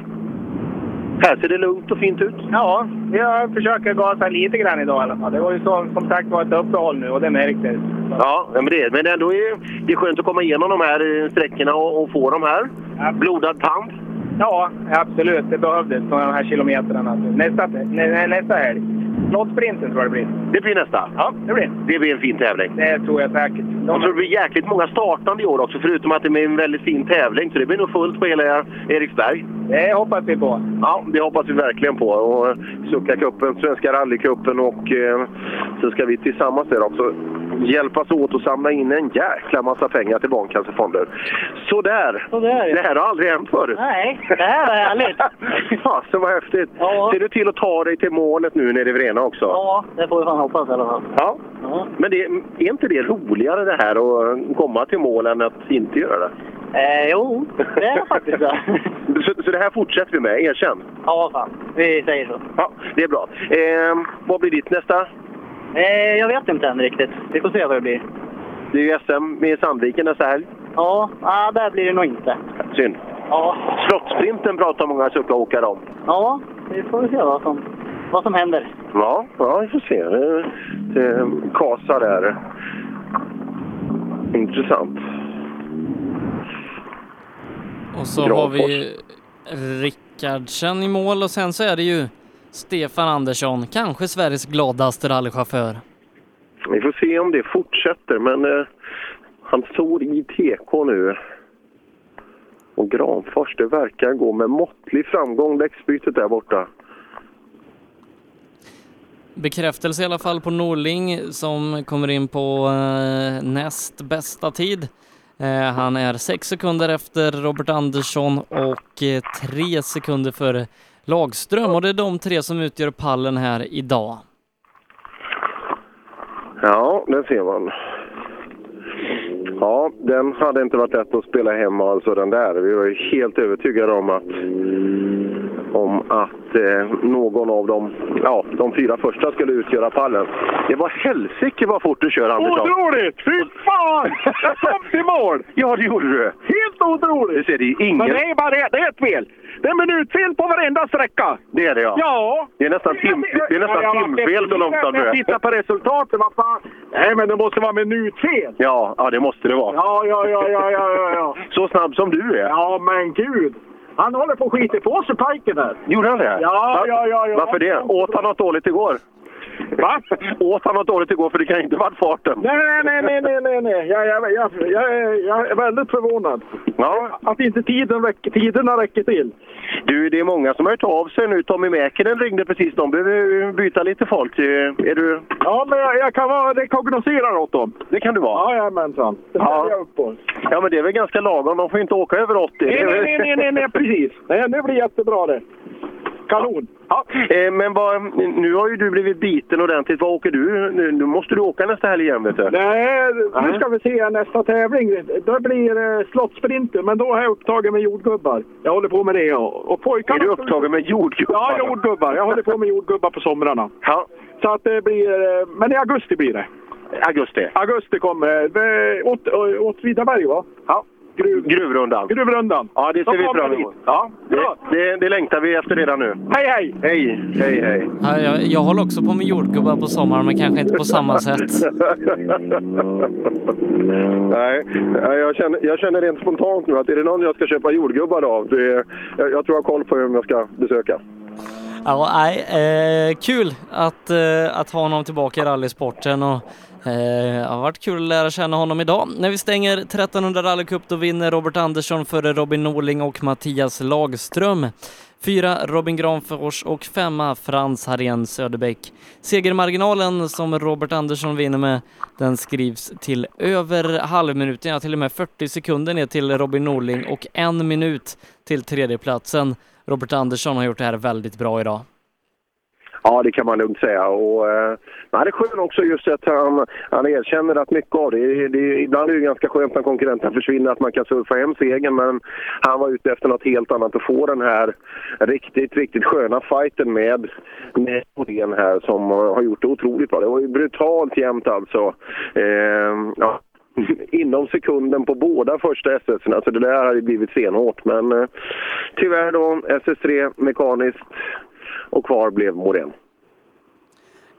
här ser det lugnt och fint ut. Ja, jag försöker gasa lite grann idag i alla fall. Det var ju så, som sagt var ett uppehåll nu och det märktes. Ja, men det är men ändå är det är skönt att komma igenom de här eh, sträckorna och, och få de här. Blodad tand. Ja, absolut. Det behövdes de här kilometrarna. Nästa, nä, nä- nästa helg. Nåttsprinten tror jag det blir. Det blir nästa? Ja, det blir Det blir en fin tävling. Det tror jag säkert. Jag tror det blir jäkligt många startande i år också, förutom att det blir en väldigt fin tävling. Så det blir nog fullt på hela Eriksberg. Det hoppas vi på. Ja, det hoppas vi verkligen på. Och eh, Succa-cupen, Svenska rallycupen och eh, så ska vi tillsammans där också hjälpas åt att samla in en jäkla massa pengar till Barncancerfonden. Sådär! Sådär, ja. Det här har aldrig hänt förut. Nej, det här var härligt. Ja, så vad häftigt. Ser du till att ta dig till målet nu nere i Vrena också? Ja, det får vi fan hoppas i alla fall. Ja. Men det, är inte det roligare det här att komma till mål än att inte göra det? Eh, jo, det är det faktiskt det. så, så det här fortsätter vi med, erkänn. Ja, fan. Vi säger så. Ja, det är bra. Ehm, vad blir ditt nästa? Eh, jag vet inte än riktigt. Vi får se vad det blir. Det är ju SM i Sandviken nästa helg. Ja, ah, där blir det nog inte. Synd. Ja. Slottsprinten pratar många Succa-åkare om. Ja, vi får väl se vad som, vad som händer. Ja, ja, vi får se. Det- det- Kasa där. Intressant. Och så Bra har vi Rickardsen i mål och sen så är det ju Stefan Andersson, kanske Sveriges gladaste rallychaufför. Vi får se om det fortsätter, men eh, han står i TK nu. Och Granfors, det verkar gå med måttlig framgång, däcksbytet där borta. Bekräftelse i alla fall på Norling som kommer in på eh, näst bästa tid. Eh, han är sex sekunder efter Robert Andersson och eh, tre sekunder före Lagström och det är de tre som utgör pallen här idag. Ja, den ser man. Ja, den hade inte varit lätt att spela hemma, alltså den där. Vi var ju helt övertygade om att, om att eh, någon av de, ja, de fyra första skulle utgöra pallen. Det var helsike vad fort du kör, Andersson! Otroligt! Fy fan! Jag kom till mål! Ja, det gjorde du! Helt otroligt! Det ser det ju ingen... Men det är bara det är ett fel! Det är minutfel på varenda sträcka! Det är det, ja. Ja! Det är nästan, tim, det är nästan Ja, jag var timfel så långsamt när Jag tittar på resultatet, vad fan! Nej, men det måste vara minutfel! Ja, ja, det måste det vara. Ja, ja, ja, ja, ja, ja, ja. Så snabb som du är. Ja, men gud! Han håller på att skita på sig, Pajken här. Gjorde han det? Ja, Va- ja, ja, ja. Varför det? Åt han något dåligt igår? Va? Åt han något dåligt igår? För det kan inte varit farten. Nej, nej, nej, nej, nej, nej. Jag, jag, jag, jag, är- jag är väldigt förvånad. Ja. Att inte tiden räcker, tiderna räcker till. Du, det är många som har hört av sig nu. Tommy Mäkinen ringde precis. De behöver ju byta lite folk. Eh, Är du... Ja, men jag, jag kan vara rekognoserad åt dem. Det kan du vara. Jajamensan. Det ställer Ja. jag upp på. Ja, men det är väl ganska lagom. De får ju inte åka över 80. Nej, nej, nej, nej, nej, nej precis. Nej, nu blir det jättebra det. Kanon! Ja. Eh, Men vad, nu har ju du blivit biten ordentligt. Vad åker du? Nu nu måste du åka nästa helg igen, vet du. Nej, nu ska vi se nästa tävling. Då blir det slottsprinter, men då är jag upptagen med jordgubbar. Jag håller på med det. Och och pojkarna... Är du upptagen med jordgubbar? Ja, jordgubbar. Jag håller på med jordgubbar på somrarna. Ja. Så att det blir... eh, Men i augusti blir det. Augusti? Augusti kommer... eh, Åt- Åtvidaberg, va? Ja. Gruv, gruvrundan. Gruvrundan. Ja, det Då ser vi kommer fram vi emot. dit. Ja, alltså. det, det, det längtar vi efter redan nu. Hej, hej! Hej, hej, hej. Ja, jag, jag håller också på med jordgubbar på sommaren, men kanske inte på samma sätt. Nej, nej, jag känner, jag känner rent spontant nu att är det någon jag ska köpa jordgubbar av, det är, jag, jag tror jag har koll på vem jag ska besöka. Ja, nej, eh, kul att, eh, att ha honom tillbaka i rallysporten och eh, det har varit kul att lära känna honom idag. När vi stänger 1300 rallycup då vinner Robert Andersson före Robin Norling och Mattias Lagström. Fyra Robin Granfors och femma Frans Harén Söderbäck. Segermarginalen som Robert Andersson vinner med den skrivs till över halvminuten, ja till och med 40 sekunder ner till Robin Norling och en minut till tredjeplatsen. Robert Andersson har gjort det här väldigt bra idag. Ja, det kan man lugnt säga. Och, eh, nej, det är skönt också just att han, han erkänner att mycket av det, det... Ibland är det ju ganska skönt när konkurrenten försvinner att man kan surfa hem segern, men han var ute efter något helt annat och få den här riktigt, riktigt sköna fighten med med Norén här som eh, har gjort det otroligt bra. Det var ju brutalt jämnt alltså. Eh, ja. Inom sekunden på båda första SS, så det där hade ju blivit stenhårt. Men eh, tyvärr då, SS3 mekaniskt och kvar blev Morén.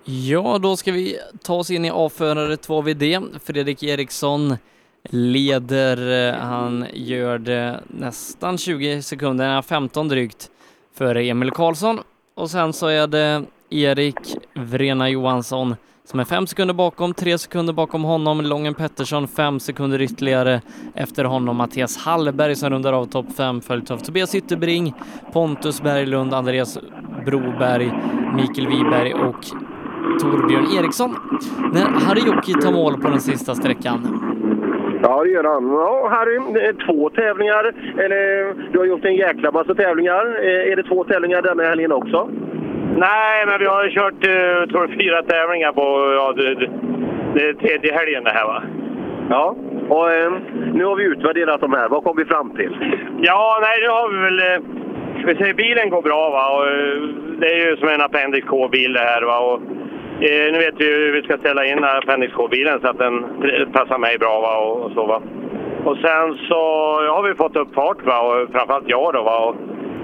Ja, då ska vi ta oss in i avförare 2VD. Fredrik Eriksson leder. Eh, Han gör det nästan 20 sekunder, nej, 15 drygt, före Emil Karlsson. Och sen så är det Erik Vrena Johansson som är fem sekunder bakom, tre sekunder bakom honom, Lången Pettersson fem sekunder ytterligare efter honom, Mattias Hallberg som rundar av topp fem, följt av Tobias Ytterbring, Pontus Berglund, Andreas Broberg, Mikael Wiberg och Torbjörn Eriksson. När Harijoki tar mål på den sista sträckan. Ja, det gör han. Ja, Harry, det är två tävlingar. Eller, du har gjort en jäkla massa tävlingar. Eh, Är det två tävlingar denna helgen också? Nej, men vi har ju kört eh, tror jag, fyra tävlingar på ja, det, det, det är tredje helgen det här va? Ja. Och eh, nu har vi utvärderat de här. Vad kom vi fram till? Ja, nej, nu har vi väl... eh, Vi säger, bilen går bra va. Och, eh, det är ju som en Appendix K-bil det här va. Och, eh, nu vet vi ju hur vi ska ställa in den här Appendix K-bilen så att den passar mig bra va. Och, och så va. Och sen så har vi fått upp fart va. Och framförallt jag då va. Och,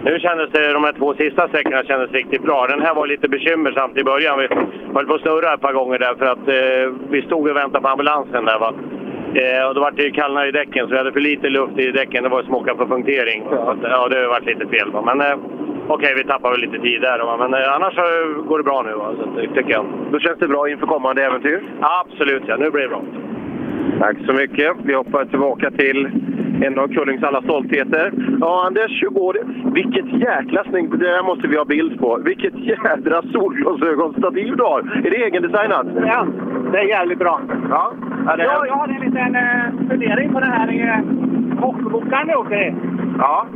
nu kändes det, de här två sista sträckorna kändes riktigt bra. Den här var lite bekymmersamt i början. Vi höll på att snurra ett par gånger där för att eh, vi stod och väntade på ambulansen där va. Eh, och då var det ju kallnare i däcken, så vi hade för lite luft i däcken. Det var som att åka på punktering. Så att, ja, det har varit lite fel. Va? Men eh, okej, vi tappar väl lite tid där. Va? Men eh, annars så går det bra nu, va? Så, att, det tycker jag. Då känns det bra inför kommande äventyr? Absolut, ja. Nu blir det bra. Tack så mycket. Vi hoppar tillbaka till en av Kullings alla stoltheter. Ja, Anders, hur går det? Vilket jäkla snyggt... Det här måste vi ha bild på. Vilket jädra solglasögonstativ du har! Är det egendesignat? Ja, det är jävligt bra. Ja, ja, det är... Ja, jag hade en liten eh, fundering på den här eh, kockbokaren jag åkte i. Ja.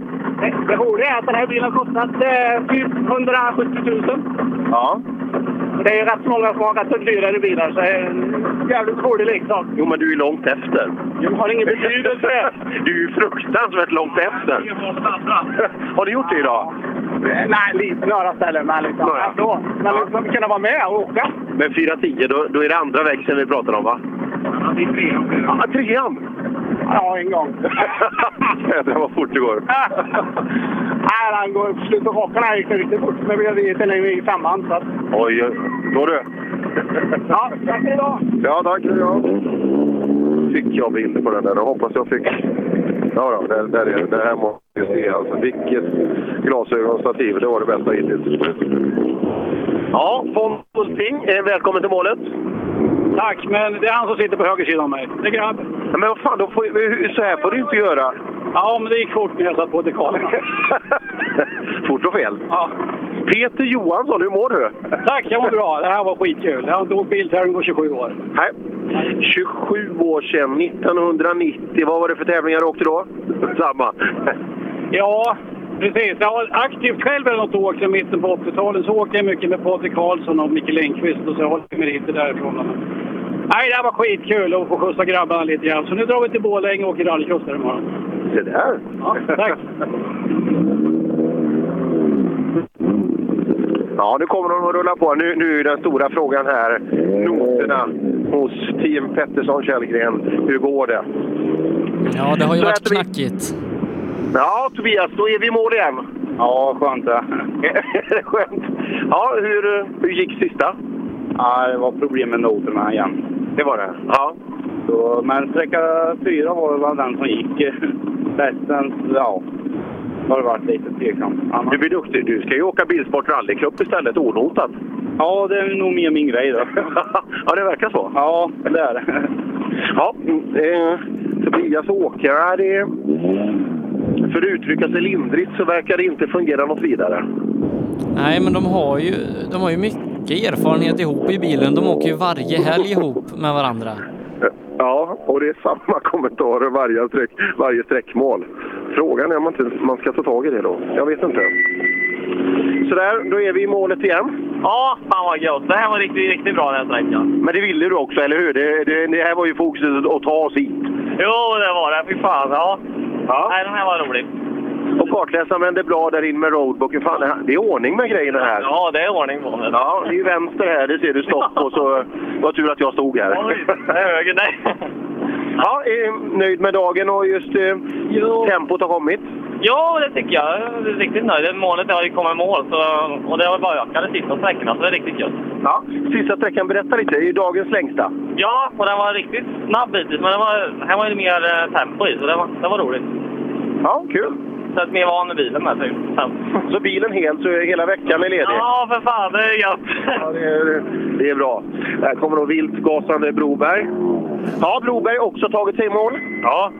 Det, det roliga är att den här bilen har kostat eh, typ 170 000. Ja. Det är ju rätt många som har rätt dyrare bilar, så det är en jävligt rolig leksak. Jo, men du är långt efter. Jag har ingen betydelse. Du är ju fruktansvärt långt efter. Har du gjort det idag? Nej, lite några ställen, men liksom ändå. Men liksom att kunna vara med och åka. Men 410, då, då är det andra växeln vi pratar om, va? Ja, det är trean. Ja, trean? Ja, en gång. Jädrar vad fort det går. Nej, han går slut och rockarna här gick det riktigt fort. Men vi hade gett den i femman, så att... Oj, då du. Ja, tack för idag! Ja, tack. Ja. Fick jag bild på den där? Jag hoppas jag fick. Ja, då, där, där är det. det här måste jag se. Alltså, vilket glasögonstativ. Det var det bästa hittills. Ja, von Hulting, välkommen till målet. Tack, men det är han som sitter på höger sida om mig. Det är grabb. Men vad fan, då får, så här får du inte göra. Ja, men det gick fort när jag satt på dekalen. Fort och fel. Ja. Peter Johansson, hur mår du? Tack, jag mår bra. Det här var skitkul. Jag har inte åkt biltävling på 27 år. Nej. 27 år sedan, 1990. Vad var det för tävlingar du åkte då? Samma. Ja, precis. Jag har aktivt själv eller något år sedan mitten på 80-talet så åkte jag mycket med Patrik Karlsson och Micke Lindqvist och så håller jag mig lite därifrån. Nej, det här var skitkul att få skjutsa grabbarna lite grann. Så nu drar vi till Borlänge och åker rallycross där imorgon. Se där! Ja, tack. Ja, nu kommer de att rulla på. Nu, nu är den stora frågan här. Mm. Noterna hos Team Pettersson Källgren. Hur går det? Ja, det har ju Så varit äter vi- knackigt. Ja, Tobias, då är vi i mål igen. Ja, skönt det. skönt. Ja, hur, hur gick sista? Ja, det var problem med noterna igen. Det var det? Ja. Så, men sträcka fyra var väl den som gick. Resten, ja, har det varit lite tveksamt. Du blir duktig. Du ska ju åka Bilsport rallycup istället, onotat. Ja, det är nog mer min grej då. ja, det verkar så. Ja, det är det. Ja, eh, Tobias åker. Ja, det är- Mm. För att uttrycka sig lindrigt så verkar det inte fungera något vidare. Nej, men de har ju, de har ju mycket erfarenhet ihop i bilen. De åker ju varje helg ihop med varandra. Ja, och det är samma kommentarer varje, streck, varje streckmål. Frågan är om man, inte, man ska ta tag i det då. Jag vet inte. Sådär, då är vi i målet igen. Ja, fan vad gött. Det här var riktigt, riktigt bra den här sträckan. Men det ville du också, eller hur? Det, det, det här var ju fokuset att ta oss hit. Jo, det var det. Fy fan. Ja. Nej, den här var rolig. Och kartläsaren vände blad där in med roadbooken. Fan, det här- det är ordning med grejerna här. Ja, det är ordning på det. Ja, det är ju vänster här. Det ser du stopp och så... Vad tur att jag stod här. Det är höger, nej. Ja, eh, nöjd med dagen och just eh, tempot har kommit. Jo, det tycker jag. Jag är riktigt nöjd. Målet är att komma i mål så, och det har bara ökat de sista sträckorna, så det är riktigt gött. Ja, sista sträckan, berätta lite. Det är ju dagens längsta. Ja, och den var riktigt snabb hittills, men det var, här var det mer eh, tempo i, så det var, det var roligt. Ja, kul. Så att mer van med bilen med, typ. Så bilen helt, så hela veckan är ledig? Ja, för fan, det är gött! Ja, det är, det är bra. Här kommer då viltgasande Broberg. Ja, Broberg också tagit sig i mål. Ja,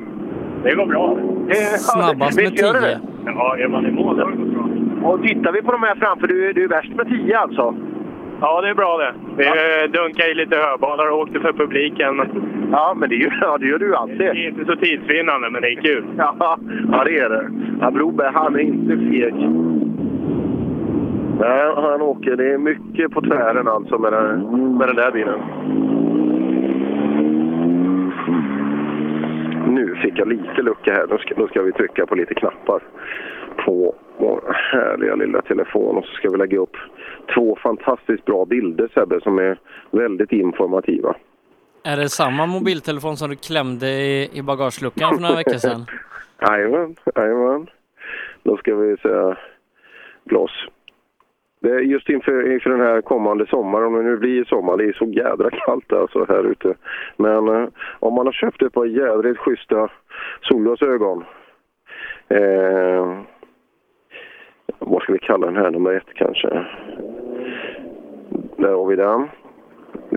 det går bra. Snabbast med tio. Ja, är man i mål det går bra. Och tittar vi på de här framför, du, du är värst med 10 alltså? Ja, det är bra det. Vi ja. dunkade i lite höbalar och åkte för publiken. Ja, men det, är ju, ja, det gör du ju alltid. Det är inte så tidsvinnande, men det är kul. Ja, ja det är det. Ja, Broberg, han är inte feg. Nej, han åker. Det är mycket på tvären alltså med den, med den där bilen. Nu fick jag lite lucka här. Nu ska, nu ska vi trycka på lite knappar på vår härliga lilla telefon. Och så ska vi lägga upp två fantastiskt bra bilder, Sebbe, som är väldigt informativa. Är det samma mobiltelefon som du klämde i, i bagageluckan för några veckor sedan? Jajamän, jajamän. Då ska vi säga blås. Det är just inför, inför den här kommande sommaren, om det nu blir sommar, det är så jädra kallt alltså här ute. Men eh, om man har köpt ett par jädrigt schyssta solglasögon. Eh, vad ska vi kalla den här, nummer ett kanske? Där har vi den.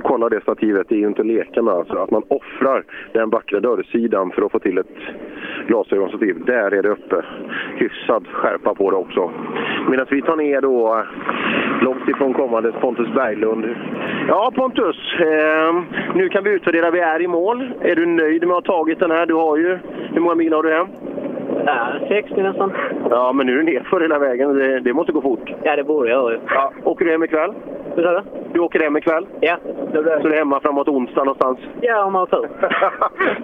Kolla det stativet, det är ju inte lekande alltså. Att man offrar den vackra dörrsidan för att få till ett glasögonstativ. Där är det uppe. Hyfsad skärpa på det också. Medan vi tar ner då eh, långt ifrån kommande Pontus Berglund. Ja Pontus, eh, nu kan vi utvärdera. Vi är i mål. Är du nöjd med att ha tagit den här? Du har ju... Hur många mil har du hem? 60 nästan. Ja, men nu är det nerför hela vägen. Det, det måste gå fort. Ja, det borde jag ju. Ja. Åker du hem ikväll? Hur sa du? Du åker hem ikväll? Ja, det blir Så du är hemma framåt onsdag någonstans? Ja, om man har tur.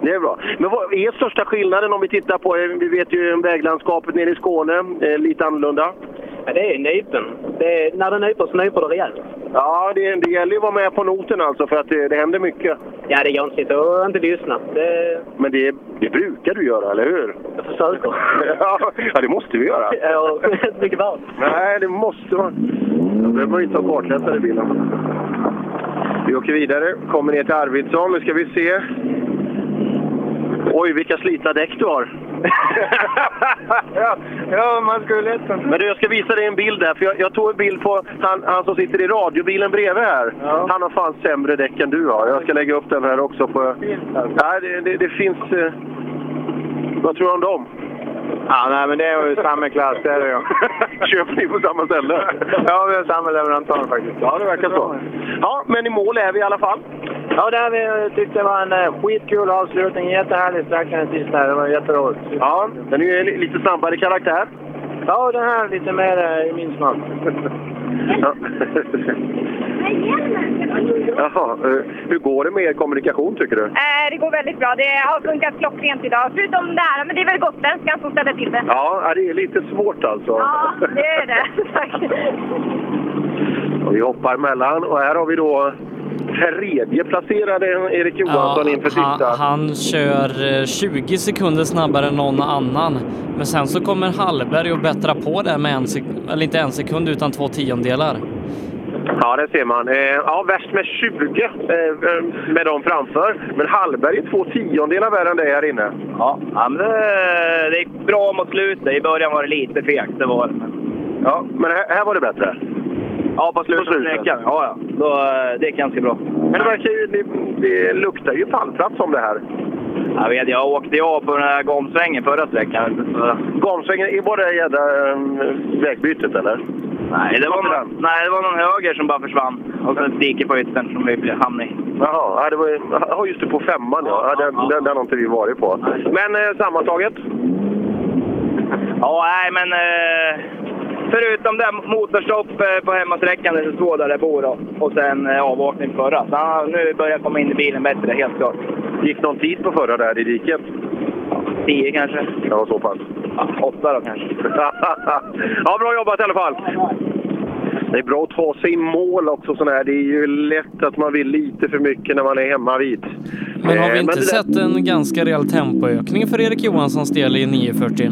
Det är bra. Men vad är största skillnaden om vi tittar på, eh, vi vet ju väglandskapet nere i Skåne, är lite annorlunda. Ja, det är nypen. Det är, när det nyper så nyper det rejält. Ja, det, det gäller ju att vara med på noten alltså för att det, det händer mycket. Ja, det går inte att sitta och inte lyssna. Det, Men det, det brukar du göra, eller hur? jag försöker. Ja, det måste vi göra. Ja, mycket väl. Nej, det måste man. Då behöver man inte ha kartläsare i bilen. Vi åker vidare, kommer ner till Arvidsson. Nu ska vi se. Oj, vilka slitna däck du har! ja, man skulle inte... Men du, jag ska visa dig en bild där. För jag, jag tog en bild på han, han som sitter i radiobilen bredvid här. Han har fan sämre däck än du har. Jag ska lägga upp den här också. På... Nej, det, det, det finns... eh, Vad tror du om dem? Ja, nej, men det är ju samma klass, det är det ju. Köper ni på samma ställe? ja, vi har samma leverantör faktiskt. Ja, det verkar så. Ja, men i mål är vi i alla fall. Ja, det har vi. Jag tyckte det var en eh, skitkul avslutning. Jättehärlig sträcka den sista. Det var jätteroligt. Ja, den är ju li- lite snabbare karaktär. Ja, den här lite mer eh, i min smak. Ja. Jaha, eh, hur går det med er kommunikation tycker du? Eh, det går väldigt bra. Det har funkat klockrent idag. Förutom det här, men det är väl gotländskan som ställer till det. Ja, ja, det är lite svårt alltså. Ja, det är det. Tack. Och vi hoppar mellan och här har vi då tredje placerade Erik Johansson inför sista. han, han kör eh, 20 sekunder snabbare än någon annan. Men sen så kommer Hallberg och bättrar på där med en sekund, eller inte en sekund utan två tiondelar. Ja, det ser man. Eh, ja, värst med 20 eh, med dem framför. Men Hallberg är två tiondelar värre än dig här inne. Ja, ja, men det, det gick bra mot slutet. I början var det lite fegt, det var det. Ja, men här, här var det bättre? Ja, på slutet. På slutet. Ja, ja. Då, eh, det gick ganska bra. Men det, verkar ju, det, det luktar ju pallplats om det här. Jag vet, jag åkte ju av på den här gomsvängen förra sträckan. Så- Gamsvängen, var det jädra eh, vägbytet eller? Nej, det var, Inte någon, nej, det var någon höger som bara försvann. Och sen ett dike på yttern som vi blev- hamnade i. Jaha, ja, det var, ju- ja, just det, på femman ja. ja den, den, den har inte vi varit på. Men eh, sammantaget? Ja, nej, men... Eh, förutom det här motorstopp eh, på hemmasträckan, det två där det bor då. Och sen eh, avåkning förra. Så ah, nu börjar jag komma in i bilen bättre, helt klart. Gick någon tid på förra där i diket? Tio kanske. Ja, så pass. Åtta då kanske. ja, bra jobbat i alla fall. Det är bra att ta sig i mål också. Sån här. Det är ju lätt att man vill lite för mycket när man är hemma vid. Men har vi Eh, inte det där- sett en ganska rejäl tempoökning för Erik Johanssons del i 940?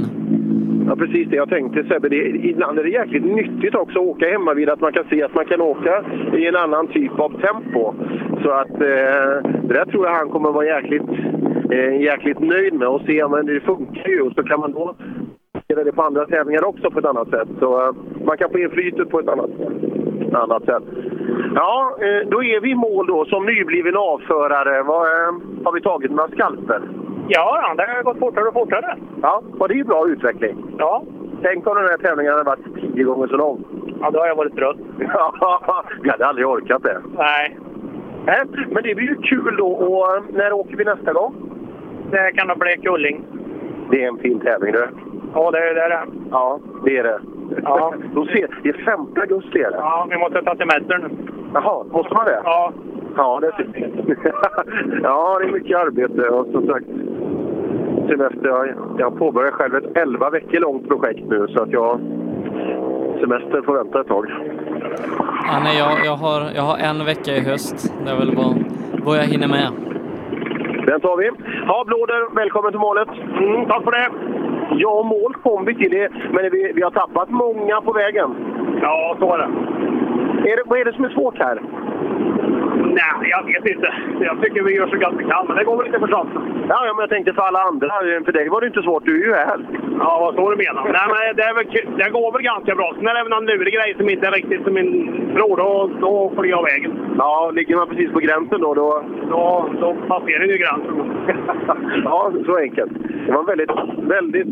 Ja, precis det jag tänkte Sebbe. Det, ibland är det jäkligt nyttigt också att åka hemma vid att man kan se att man kan åka i en annan typ av tempo. Så att eh, det där tror jag han kommer vara jäkligt, eh, jäkligt nöjd med och se ja, men det funkar ju. Och så kan man då göra det på andra tävlingar också på ett annat sätt. Så eh, man kan få in flytet på ett annat, annat sätt. Ja, eh, då är vi i mål då som nybliven avförare. Vad, eh, har vi tagit några skalper? Ja, det har gått fortare och fortare. Ja, och det är ju bra utveckling. Ja. Tänk om den här tävlingen hade varit tio gånger så lång. Ja, då har jag varit trött. Ja, vi hade aldrig orkat det. Nej. Nej, men det blir ju kul då. Och eh, när åker vi nästa gång? Det kan nog bli Kulling. Det är en fin tävling du. Ja, det är det. Där. Ja, det är det. Ja. Då ser, det är 5 augusti är det. Ja, vi måste ta semester nu. Jaha, måste man det? Ja. Ja, det är Ja, det är mycket arbete och som sagt semester. Jag, jag påbörjar själv ett 11 veckor långt projekt nu så att jag semester får vänta ett tag. Ja, nej, jag, jag, har, jag har en vecka i höst. Det är väl vad, vad jag hinner med. Den tar vi. Ja, Blåder, välkommen till målet. Mm, tack för det. Ja, mål kom vi till, det, men vi, vi har tappat många på vägen. Ja, så är det. Vad är det som är svårt här? Nej, jag vet inte. Jag tycker vi gör så gott vi kan, men det går väl lite för sakta. Ja, ja, men jag tänkte för alla andra. För dig var det inte svårt, du är ju här. Ja, vad så du menar. Nej, men det, är väl, kul. det går väl ganska bra. Sen är det väl någon lurig grej som inte är riktigt som min bror, då, då får det av vägen. Ja, ligger man precis på gränsen då, då... Då, då passerar ju gränsen. ja, så enkelt. Det var en väldigt, väldigt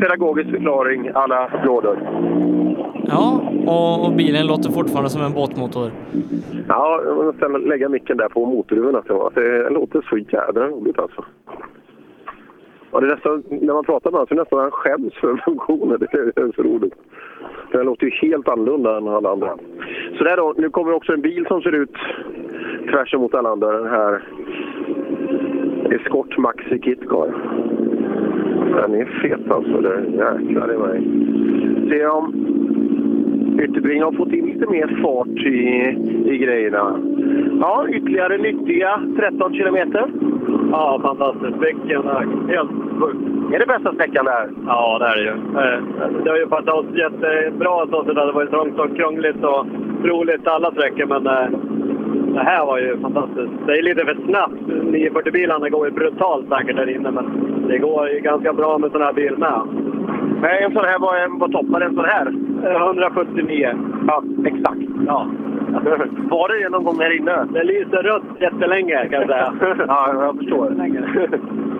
pedagogisk förklaring, alla Blåder. Ja, och, och bilen låter fortfarande som en båtmotor. Ja, jag måste ställa- lägga micken där på motorhuven. Alltså. Det låter så jädra roligt alltså. Ja, det är nästan, när man pratar med honom så är det nästan han skäms för funktionen. Det är så roligt. Det här låter ju helt annorlunda än alla andra. Så där då, nu kommer också en bil som ser ut tvärs emot alla andra. Den här Escort Maxi Kitcar. Den är fet alltså. Det är jäklar i mig. Se om Ytterbring har fått in lite mer fart i, i grejerna. Ja, ytterligare nyttiga 13 kilometer. Ja, fantastiskt. Sträckan är helt sjuk. Är det bästa sträckan där? Ja, det är det ju. Eh, Det har ju passat oss jättebra så att det hade varit trångt och krångligt och roligt alla sträckor, men eh, det här var ju fantastiskt. Det är lite för snabbt. 940-bilarna går ju brutalt säkert där inne, men det går ju ganska bra med sån här bil med. Nej, en sån här, vad, vad toppar en sån här? Eh, 179. Ja, exakt. Ja. Var det det någon gång här inne? Det lyser rött jättelänge kan jag säga. ja, jag förstår.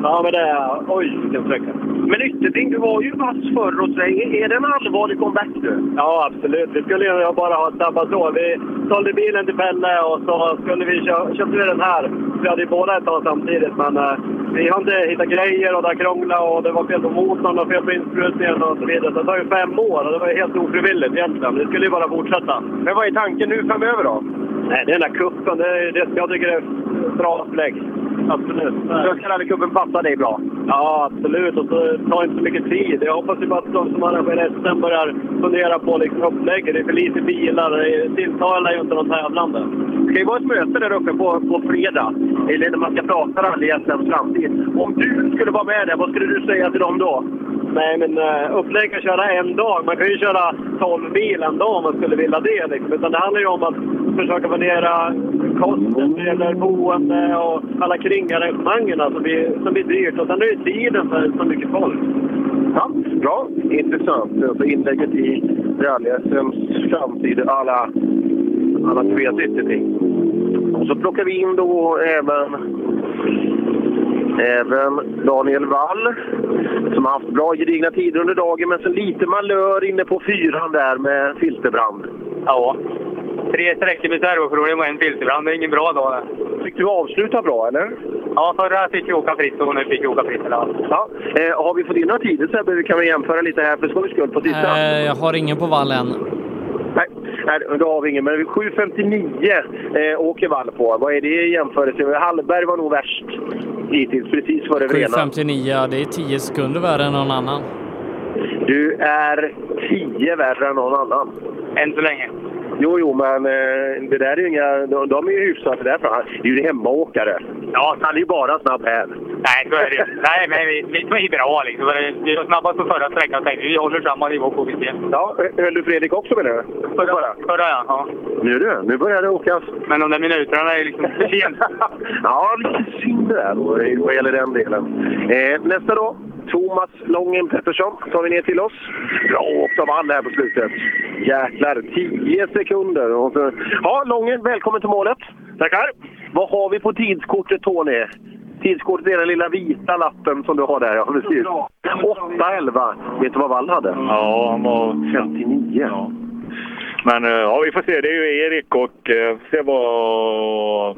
ja, men det är... Oj, vilken sträcka. Men Ytterbring, du var ju vass förr och så. Är, är det en allvarlig comeback nu? Ja, absolut. Vi skulle ju bara ha ett sabbatsår. Vi sålde bilen till Pelle och så skulle vi kö- köpte vi den här. Vi hade ju båda ett tag samtidigt, men eh, vi har inte hittat grejer och det har krånglat och det var fel på motorn och fel på insprutningen och så vidare. Så det tar ju fem år och det var ju helt ofrivilligt egentligen. Det skulle ju bara fortsätta. Men vad är tanken nu framöver då? Nej, det är den här kuppen. Det är, det, jag tycker det är bra upplägg. Absolut. Rallycupen passar dig bra? Ja, absolut. Och så tar det inte så mycket tid. Jag hoppas ju bara att de som arrangerar SM börjar fundera på liksom upplägget. Det är för lite bilar. Det tilltalar ju inte de tävlande. ska ju vara ett möte där uppe på, på fredag, eller när man ska prata rallyhästens framtid. Om du skulle vara med där, vad skulle du säga till dem då? Nej, men uh, upplägg att köra en dag. Man kan ju köra 12 mil en dag om man skulle vilja det. Liksom. Utan det handlar ju om att försöka planera kosten, det gäller boende och alla kringarrangemangen som blir, som blir dyrt. Och sen är det ju tiden för så mycket folk. Ja, bra. Intressant. Alltså inlägget i rally-SMs framtid. Alla, alla vet inte ting. Och så plockar vi in då även Även Daniel Wall, som har haft bra gedigna tider under dagen, men så lite malör inne på fyran där med filterbrand. Ja. Tre sträckor med servoproblem och en filterbrand. Det är ingen bra dag. Fick du avsluta bra, eller? Ja, förra fick jag åka fritt och nu fick jag åka fritt. Ja. Eh, har vi fått in några tider Sebbe? Kan vi jämföra lite här för skojs skull på Eh, tisdagen? jag har ingen på vall än. Nej, nej, då har vi ingen. Men 7.59 eh, åker Wall på. Vad är det i jämförelse med? Hallberg var nog värst hittills, precis före Vrena. 7.59, ja, det är 10 sekunder värre än någon annan. Du är 10 värre än någon annan. Än så länge. Jo, jo, men eh, det där är ju inga... De, de är ju hyfsade där fram. Det är ju hemmaåkare. Ja, han är ju bara snabb här. Nej, så är det ju. Nej, men vi, vi tog i bra liksom. Vi var snabbast på förra sträckan och tänkte vi håller samma nivå på vi ser. Ja, höll du Fredrik också menar du? Förra, förra ja. ja. Nu du, nu börjar det åkas. Men de där minuterna är liksom för sent. Ja, lite synd det där då, i- vad gäller den delen. Eh, nästa då, Thomas Lången Pettersson tar vi ner till oss. Bra åkt av alla här på slutet. Jäklar, 10 sekunder. Och så... Ja, Lången, välkommen till målet. Tackar. Vad har vi på tidskortet, Tony? Tidskortet är den lilla vita lappen som du har där, ja precis. 8.11. Vet du vad Wall hade? Ja, han var... 59. Ja. Men eh, ja, vi får se. Det är ju Erik och... eh, får se vad...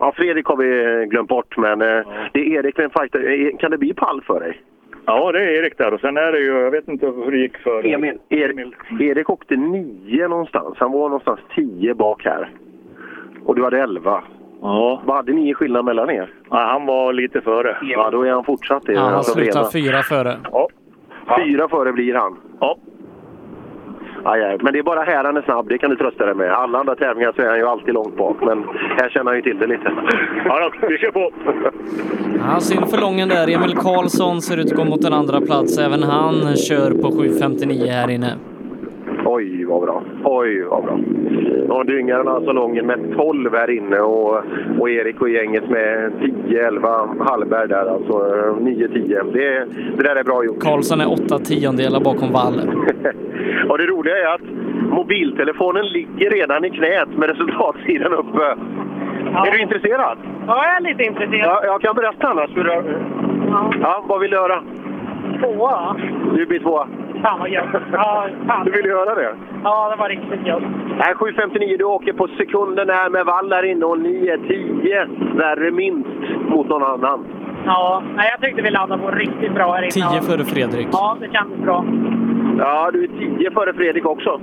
Ja, Fredrik har vi eh, glömt bort, men eh, det är Erik med en fighter. Eh, Kan det bli pall för dig? Ja, det är Erik där. Och sen är det ju... Jag vet inte hur det gick för... Emil. Erik, Erik åkte nio någonstans. Han var någonstans tio bak här. Och du hade elva. Ja. Vad hade ni i skillnad mellan er? Ja, han var lite före. Ja, då är han fortsatt det. Ja, han Alltså, slutar rena. fyra före. Fyra före blir han. Ja. Aj, aj. Men det är bara här han är snabb, det kan du trösta dig med. Alla andra tävlingar så är han ju alltid långt bak, men här känner han ju till det lite. Ja, då, vi kör på! Ja, synd för lången där. Emil Karlsson ser ut att gå mot en andra plats. Även han kör på 7.59 här inne. Oj, vad bra. Oj, vad bra. Ja, dyngaren alltså Lången med 12 här inne och, och Erik och gänget med 10, 11, Hallberg där alltså. 9, 10. Det, det där är bra gjort. Karlsson är åtta tiondelar bakom Wall. och det roliga är att mobiltelefonen ligger redan i knät med resultatsidan uppe. Är du intresserad? Ja, jag är lite intresserad. Ja, jag kan berätta annars. Hur det... Ja. ja, vad vill du höra? Tvåa. Du blir tvåa. Fan vad gött. Ja, fan. Du ville höra det? ja, det var riktigt gött. Nej, 7.59, du åker på sekunden här med Wall här inne och 9.10 värre minst mot någon annan. Ja, nej, jag tyckte vi laddade på riktigt bra här inne. Tio före Fredrik. Ja, det kändes bra. Ja, du är 10 före Fredrik också.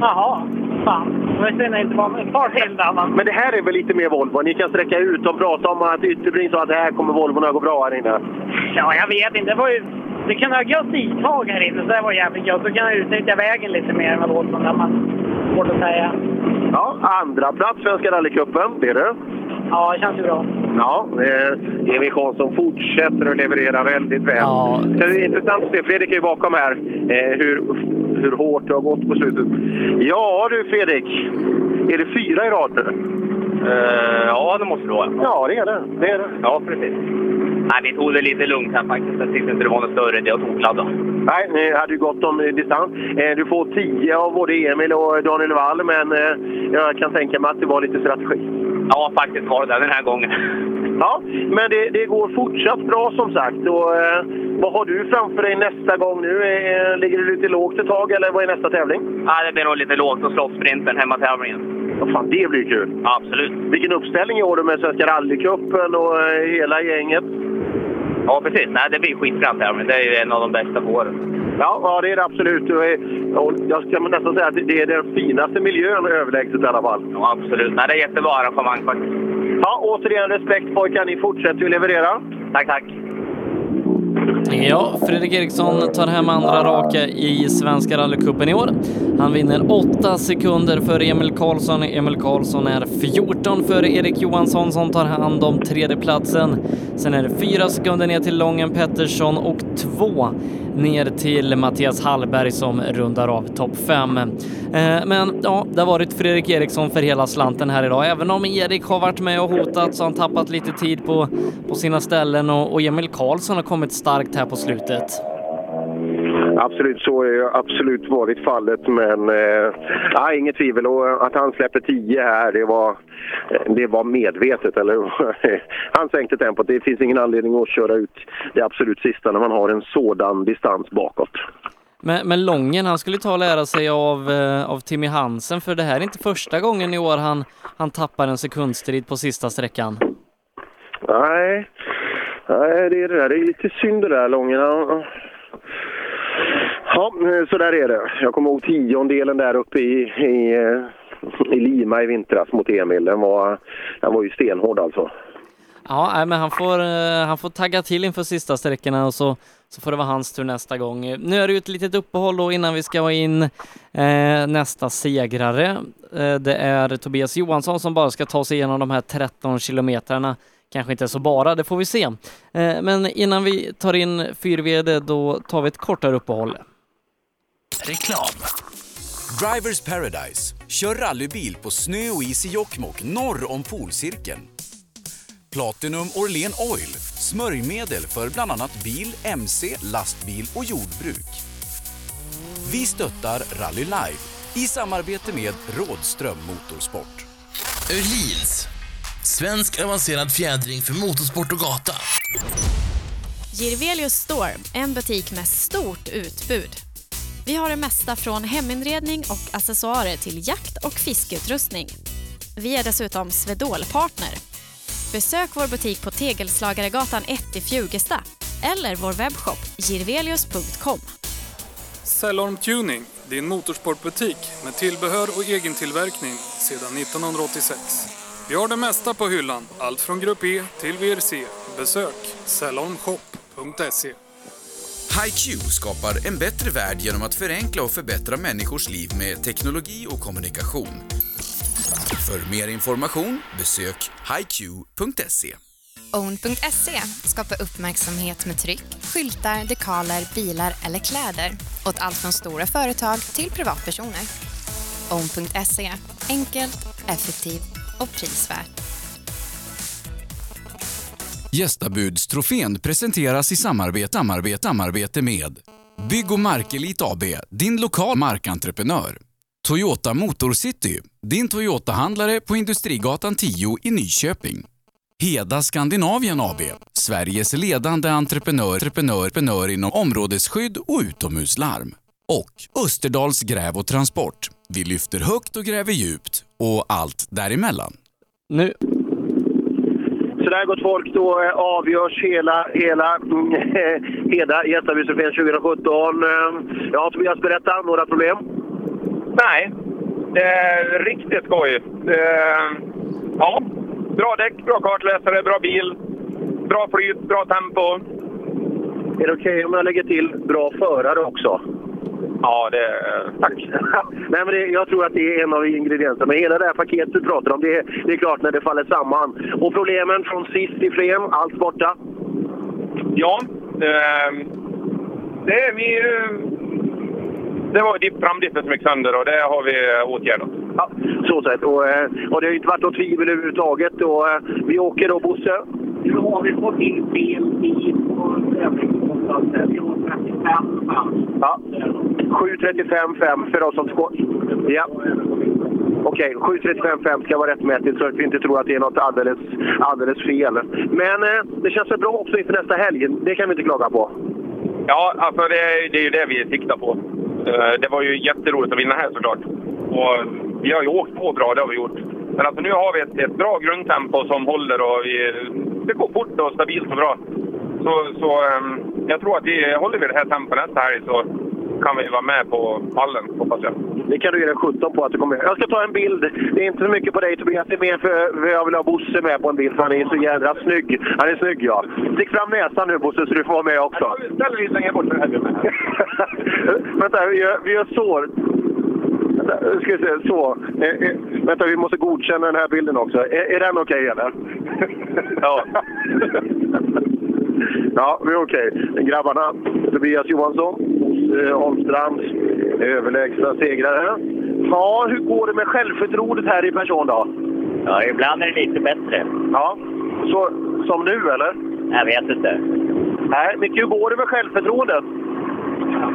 Jaha, fan. Det var synd att det inte var ett par till där. Men... Men det här är väl lite mer Volvo? Ni kan sträcka ut och prata om att Ytterbring sa att det här kommer Volvon att gå bra här inne. Ja, jag vet inte. Det, var ju... det kan ha gött istag här inne, så det var jävligt gött. Då kan jag utnyttja vägen lite mer än vad det åt när man... Svårt att säga. Ja, andra plats Svenska rallycupen, det är du. Ja, det känns ju bra. Ja, eh, Emil Karlsson fortsätter att leverera väldigt väl. Ja. Det är intressant att se, Fredrik är ju bakom här, eh, hur, hur hårt det har gått på slutet. Ja du Fredrik, är det fyra i rad nu? Eh, ja, det måste det vara. Ja, det är det. det, är det. Ja, precis. Nej, vi tog det lite lugnt här faktiskt. Jag tyckte inte det var något större. Det var tokladd. Nej, ni hade ju gott om eh, distans. Eh, Du får 10 av både Emil och Daniel Wall, men eh, jag kan tänka mig att det var lite strategi. Ja, faktiskt var det där den här gången. Ja, men det, det går fortsatt bra som sagt. Och, eh, vad har du framför dig nästa gång nu? Eh, ligger du lite lågt ett tag eller vad är nästa tävling? Ja, det blir nog lite lågt och slåssprinten hemma tävlingen. Ja, fan, det blir kul! Absolut. Vilken uppställning i år med Svenska rallycupen och eh, hela gänget. Ja, precis. Nej, det blir skitbra tävling. Det är ju en av de bästa på året. Ja, ja det är det absolut. Och, eh, och jag ska nästan säga att det är den finaste miljön överlägset i alla fall. Ja, absolut. Nej, det är jättebra arrangemang faktiskt. Ja, återigen respekt pojkar. Ni fortsätter ju leverera. Tack, tack. Ja, Fredrik Eriksson tar hem andra raka i Svenska rallycupen i år. Han vinner 8 sekunder före Emil Karlsson. Emil Karlsson är 14 före Erik Johansson som tar hand om tredjeplatsen. Sen är det 4 sekunder ner till Lången Pettersson och 2 ner till Mattias Hallberg som rundar av topp 5. Men ja, det har varit Fredrik Eriksson för hela slanten här idag. Även om Erik har varit med och hotat så har han tappat lite tid på, på sina ställen och, och Emil Karlsson har kommit starkt här på slutet. Absolut, så har ju absolut varit fallet. Men eh, nej, inget tvivel. Och att han släpper 10 här, det var, det var medvetet. Eller? hur? han sänkte tempot. Det finns ingen anledning att köra ut det absolut sista när man har en sådan distans bakåt. Men, men Lången, han skulle ta och lära sig av, eh, av Timmy Hansen för det här är inte första gången i år han, han tappar en sekundstrid på sista sträckan. Nej, nej det, är det, där. det är lite synd det där, Lången. Han- Ja, så där är det. Jag kommer ihåg tiondelen där uppe i, i, eh, i Lima i vintras mot Emil. Den var, den var ju stenhård alltså. Ja, nej, men han får, eh, han får tagga till inför sista sträckorna och så, så får det vara hans tur nästa gång. Eh, Nu är det ju ett litet uppehåll då innan vi ska ha in eh, nästa segrare. Eh, det är Tobias Johansson som bara ska ta sig igenom de här 13 kilometrarna. Kanske inte så bara, det får vi se. Eh, men innan vi tar in fyrvd då tar vi ett kortare uppehåll. Reklam. Drivers Paradise. Kör rallybil på snö och is i Jokkmokk norr om polcirkeln. Platinum Orlen Oil. Smörjmedel för bland annat bil, mc, lastbil och jordbruk. Vi stöttar Rally Live i samarbete med Rådström Motorsport. Öhlins. Svensk avancerad fjädring för motorsport och gata. Girvelius Store, en butik med stort utbud. Vi har det mesta från heminredning och accessoarer till jakt och fiskeutrustning. Vi är dessutom Swedol-partner. Besök vår butik på Tegelslagaregatan 1 i Fjugesta eller vår webbshop girvelius.com. Cellorm Tuning, din motorsportbutik med tillbehör och egen tillverkning sedan 1986. Vi har det mesta på hyllan, allt från Grupp E till VRC. Besök cellormshop.se. HiQ skapar en bättre värld genom att förenkla och förbättra människors liv med teknologi och kommunikation. För mer information besök hiq.se. Own.se skapar E, uppmärksamhet med tryck, skyltar, dekaler, bilar eller kläder åt allt från stora företag till privatpersoner. Own.se E, enkelt, effektivt och prisvärt. Gästabudstrofén presenteras i samarbete, samarbete, samarbete med Bygg och Markelit AB, din lokal markentreprenör. Toyota Motorcity, din Toyota-handlare på Industrigatan 10 i Nyköping. Heda Skandinavien AB, Sveriges ledande entreprenör, entreprenör, entreprenör inom områdesskydd och utomhuslarm. Och Österdals gräv och transport. Vi lyfter högt och gräver djupt och allt däremellan. Nu Så där gott folk, då eh, avgörs hela, hela, mm, hela Gästabysrofén 2017. Eh, Ja, Tobias, berätta. Några problem? Nej, det är riktigt skoj. Eh, ja, bra däck, bra kartläsare, bra bil, bra flyt, bra tempo. Är det okej om jag lägger till bra förare också? Ja, det... Tack! Nej, men det, jag tror att det är en av ingredienserna. Men hela det här paketet du pratar om, det, är- det är klart när det faller samman. Och problemen från sist i Flen, allt borta? Ja, eh, det, vi, eh, det var dipp, framdippen som gick sönder och det har vi åtgärdat. Ja, så sett. Och, eh, och det har ju inte varit något tvivel överhuvudtaget. Och, eh, vi åker då, Bosse. Nu har vi fått in fel tid på övningskostnaden. Vi har 35 man. Ja. 7.35,5 för oss som skott. Ja. Okej, 7.35,5 ska vara rättmätigt så att vi inte tror att det är något alldeles, alldeles fel. Men eh, det känns väl bra också inför nästa helg. Det kan vi inte klaga på. Ja, alltså det, är- det är ju det vi siktar på. Eh, Det var ju jätteroligt att vinna här såklart. Och vi har ju åkt på bra, det har vi gjort. Men alltså nu har vi ett, ett bra grundtempo som håller och vi, det går fort och stabilt och bra. Så, så ehm, jag tror att vi, håller vi det här tempot nästa helg så kan vi vara med på pallen, hoppas jag. Det kan du ge dig 17 på att du kommer Jag ska ta en bild. Det är inte så mycket på dig Tobias, det är mer för för jag vill ha Bosse med på en bild för han är så jädra snygg. Han är snygg ja. Stick fram näsan nu Bosse så du får vara med också. Ställ dig längre bort från helvete. Vänta, vi gör, vi gör så. Vänta, nu ska vi se, så. Eh, eh, vänta, vi måste godkänna den här bilden också. Är, är den okej eller? ja. Ja, vi är okej. Grabbarna, Tobias Johansson, eh, Holmstrands överlägsna segrare. Ja, hur går det med självförtroendet här i person då? Ja, ibland är det lite bättre. Ja, så, som nu eller? Jag vet inte. Nej, men hur går det med självförtroendet?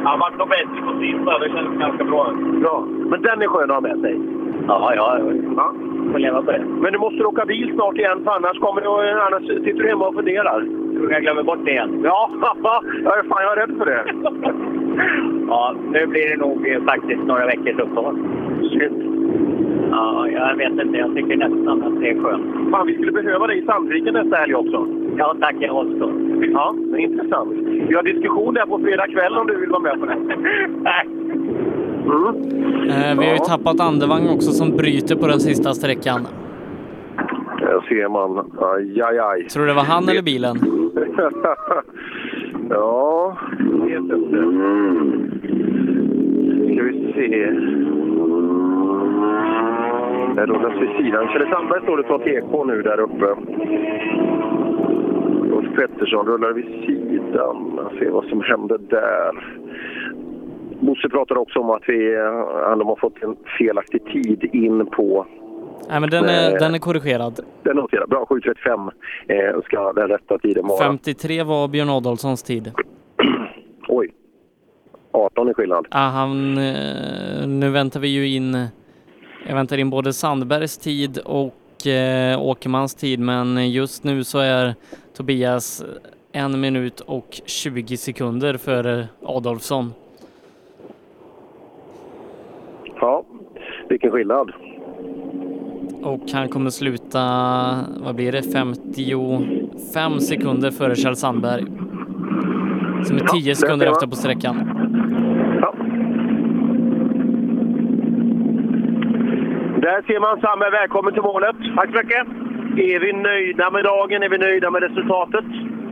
Han vart nog bättre på sista. Det känns ganska bra. Bra. Men den är skön att ha med sig. Ja, ja. ja. Får leva på det. Men du måste åka bil snart igen, för annars, kommer du, annars sitter du hemma och funderar. Tror jag glömmer bort det igen. Ja, jag är fan jag är rädd för det. Ja, nu blir det nog eh, faktiskt några veckors uppehåll. Shit. Ja, jag vet inte. Jag tycker nästan att det är skönt. Fan, vi skulle behöva dig i Sandviken nästa helg också. Ja, tack. Jag också. Ja, det är intressant. Vi har diskussion där på fredag kväll om du vill vara med på det. Mm. Eh, vi har ju tappat Andevang också som bryter på den sista sträckan. Där ser man. Aj, aj, aj. Tror du det var han eller bilen? ja, vet inte. Mm. Ska vi se. Det rullas vid sidan. Kjell Sandberg står det tar TK nu där uppe. Ulf Pettersson rullar vid sidan. Jag ser vad som händer där. Bosse pratade också om att vi, eh, de har fått en felaktig tid in på Nej, men den är, Nej. den är korrigerad. den noterade. Bra, 7.35 eh, ska den rätta tiden vara. 53 var Björn Adolfssons tid. Oj, 18 i skillnad. Ah, han, eh, nu väntar vi ju in, jag väntar in både Sandbergs tid och eh, Åkermans tid, men just nu så är Tobias en minut och 20 sekunder före Adolfsson. Ja, vilken skillnad. Och han kommer sluta, vad blir det, 55 sekunder före Kjell Sandberg. Som är 10 sekunder det var- efter på sträckan. Där ser man Samme. Välkommen till målet. Tack så mycket. Är vi nöjda med dagen? Är vi nöjda med resultatet?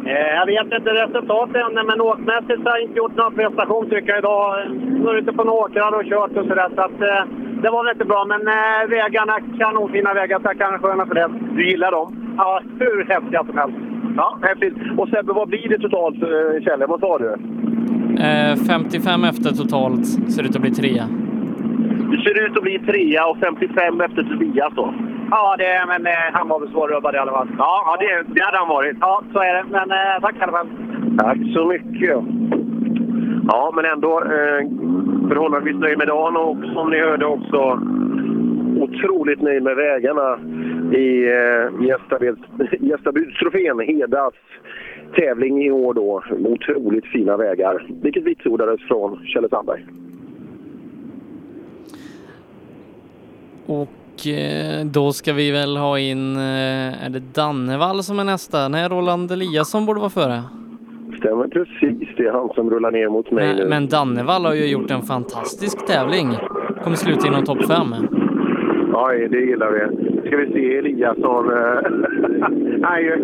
Eh, Jag vet inte resultatet än, men åkmässigt har jag inte gjort någon prestation tycker jag idag. Nu är ute på några åkrar och kört och sådär. Så att, eh, det var väl inte bra, men eh, vägarna, kanonfina vägar. Tackarna sköna för det. Du gillar dem? Ja, hur häftiga som helst. Ja, häftigt. Och Sebbe, vad blir det totalt, eh, Kjelle? Vad sa du? Eh, 55 efter totalt, ser ut att bli trea. Det ser ut att bli trea och 55 efter Tobias då. Ja, det, men eh, han var väl svårrubbad i alla fall. Ja, ja det, det hade han varit. Ja, så är det. Men eh, tack i alla fall. Tack så mycket. Ja, men ändå eh, förhållandevis nöjd med dagen och som ni hörde också otroligt nöjd med vägarna i eh, Gästabeds- Gästabudstrofén, Hedas tävling i år då. Otroligt fina vägar, vilket vitsordades från Kjelle Sandberg. Och eh, då ska vi väl ha in, eh, är det Dannevall som är nästa? Nej, Roland Eliasson borde vara före. Stämmer precis, det är han som rullar ner mot mig nu. Men Dannevall har ju gjort en fantastisk tävling. Kommer sluta inom topp fem. Oj, det gillar vi. Ska vi se Eliasson... eh, Nej, eh,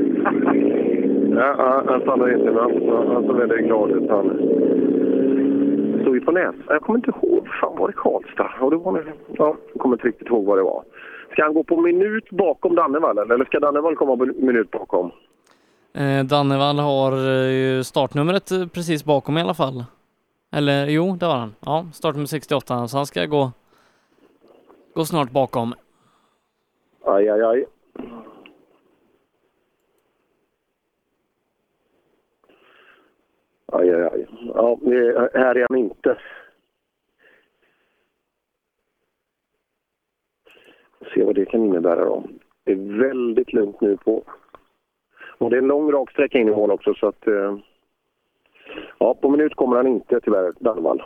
ja, ja, han stannar inte, men han- han såg väldigt glad ut. Han stod ju på nät. Jag kommer inte ihåg. Fan, var det Karlstad? Ja, det var det. Ja, jag kommer inte riktigt ihåg vad det var. Ska han gå på minut bakom Dannevall, eller eller ska Dannevall komma på minut bakom? Eh, Dannevall har eh, ju startnumret eh, precis bakom i alla fall. Eller jo, det har han. Ja, startnummer 68, så han ska gå, gå snart bakom. Aj, aj, aj. Aj, aj, aj. Ja, det- här är han inte. Se vad det kan innebära då. Det är väldigt lugnt nu på... Och det är en lång rak sträcka in i mål också så att... eh, Ja, på minut kommer han inte tyvärr, Danvall.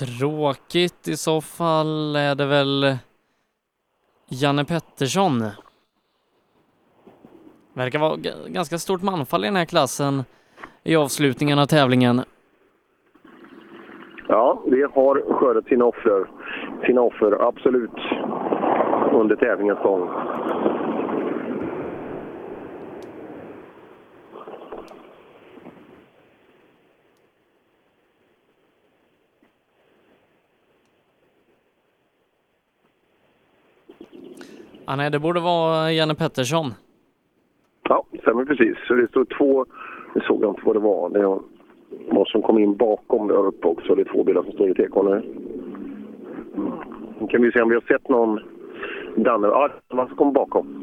Tråkigt. I så fall är det väl Janne Pettersson. Verkar vara g- ganska stort manfall i den här klassen i avslutningen av tävlingen. Ja, det har skördat sina offer, sina offer absolut, under tävlingens gång. Ah, nej, det borde vara Janne Pettersson. Ja, stämmer precis. Så det står två, nu såg jag inte vad det var, det var vad som kom in bakom där uppe också. Det är två bilar som står i tekonen. Nu kan vi se om vi har sett någon Danne. Ja, det var han som kom bakom.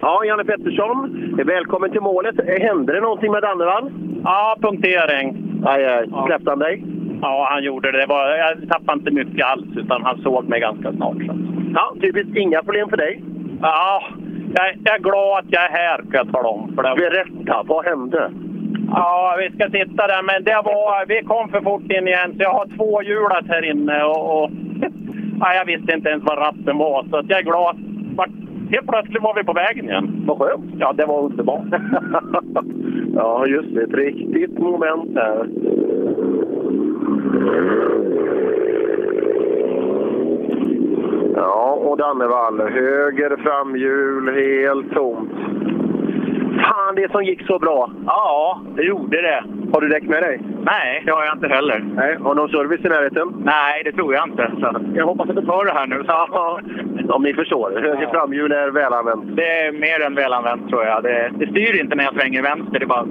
Ja, Janne Pettersson, välkommen till målet. Hände det någonting med Dannevall? Ja, punktering. Aj, aj. Släppte han dig? Ja, han gjorde det. det var, jag tappade inte mycket alls, utan han såg mig ganska snart. Så. Ja, typiskt inga problem för dig. Ja, jag, jag är glad att jag är här, kan jag tala om. För det... Berätta, vad hände? Ja, vi ska titta där, men det var, vi kom för fort in igen, så jag har två hjulat här inne. Och, och, ja, jag visste inte ens vad ratten var, så att jag är glad. Vart- Helt plötsligt var vi på vägen igen. Vad skönt. Ja, det var underbart. Ja, just det. Ett riktigt moment där. Ja, och Dannevall. Höger framhjul, helt tomt. Fan, det som gick så bra! Ja, det gjorde det. Har du däck med dig? Nej, det har jag inte heller. Nej. Har någon service i närheten? Nej, det tror jag inte. Så jag hoppas att du hör det här nu. Så. Om ni förstår. Höger framhjul är välanvänt. Det är mer än välanvänt tror jag. Det, det styr inte när jag svänger vänster. Det bara...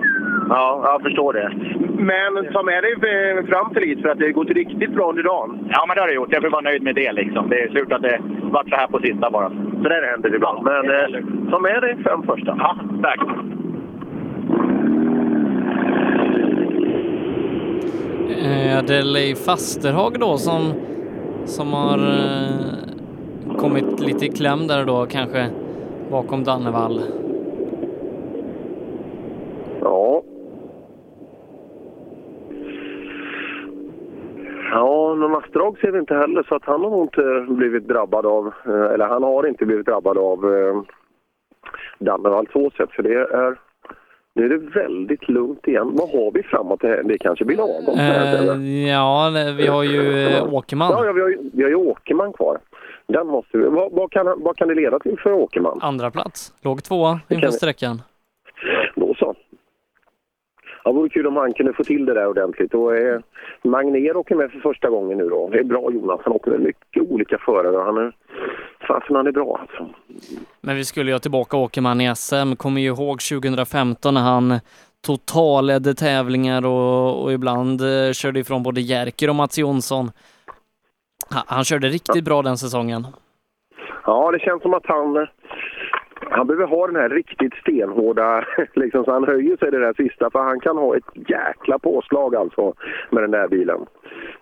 Ja, jag förstår det. Men ta med dig eh, fram till hit för att det har gått riktigt bra under dagen. Ja, men det har det gjort. Jag får vara nöjd med det liksom. Det är surt att det vart så här på sista bara. Så där händer det ibland. Men eh, ta med dig fem första. Ja, tack. Eh, det är Leif Fasterhag då som, som har eh, kommit lite i kläm där då kanske bakom Dannevall. Ja. Ja, någon Astrag ser vi inte heller, så att han har nog inte blivit drabbad av, eh, eller han har inte blivit drabbad av eh, Dannevall så sett, för det är nu är det väldigt lugnt igen. Vad har vi framåt? Det, här? det kanske blir lagom. Eh, Eh, ja, vi har ju eh, Åkerman. Ja, ja vi, har, ju- vi har ju Åkerman kvar. Den måste vi, vad, vad, kan, han- vad kan det leda till för Åkerman? Andra plats. Låg tvåa inför vi. sträckan. Då så. Ja, det vore kul om han kunde få till det där ordentligt. Och, eh, Magnér åker med för första gången nu då. Det är bra Jonas. Han åker med mycket olika förare. Han är, fasen han är bra alltså. Men vi skulle ju ha tillbaka Åkerman i SM. Kommer ju ihåg 2015 när han totalledde tävlingar och, och ibland eh, körde ifrån både Jerker och Mats Jonsson. Han, han körde riktigt bra den säsongen. Ja, det känns som att han, han behöver ha den här riktigt stenhårda... Liksom, så han höjer sig det där sista, för han kan ha ett jäkla påslag alltså med den där bilen.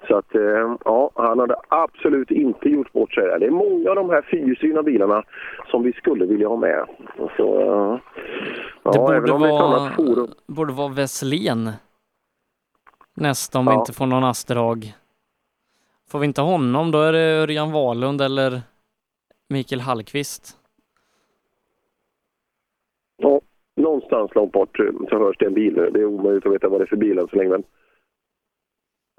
Så att, eh, ja, han hade absolut inte gjort bort sig där. Det är många av de här fyrsyrna bilarna som vi skulle vilja ha med. Så, eh, ja, Det borde även om det är ett vara- annat forum. borde vara Wesslén. Nästa om vi Ja. inte får någon Asterhag. Får vi inte honom då är det Örjan Wahlund eller Mikael Hallqvist. Ja, någonstans långt bort så hörs det en bil nu. Det är omöjligt att veta vad det är för bil än så länge. Men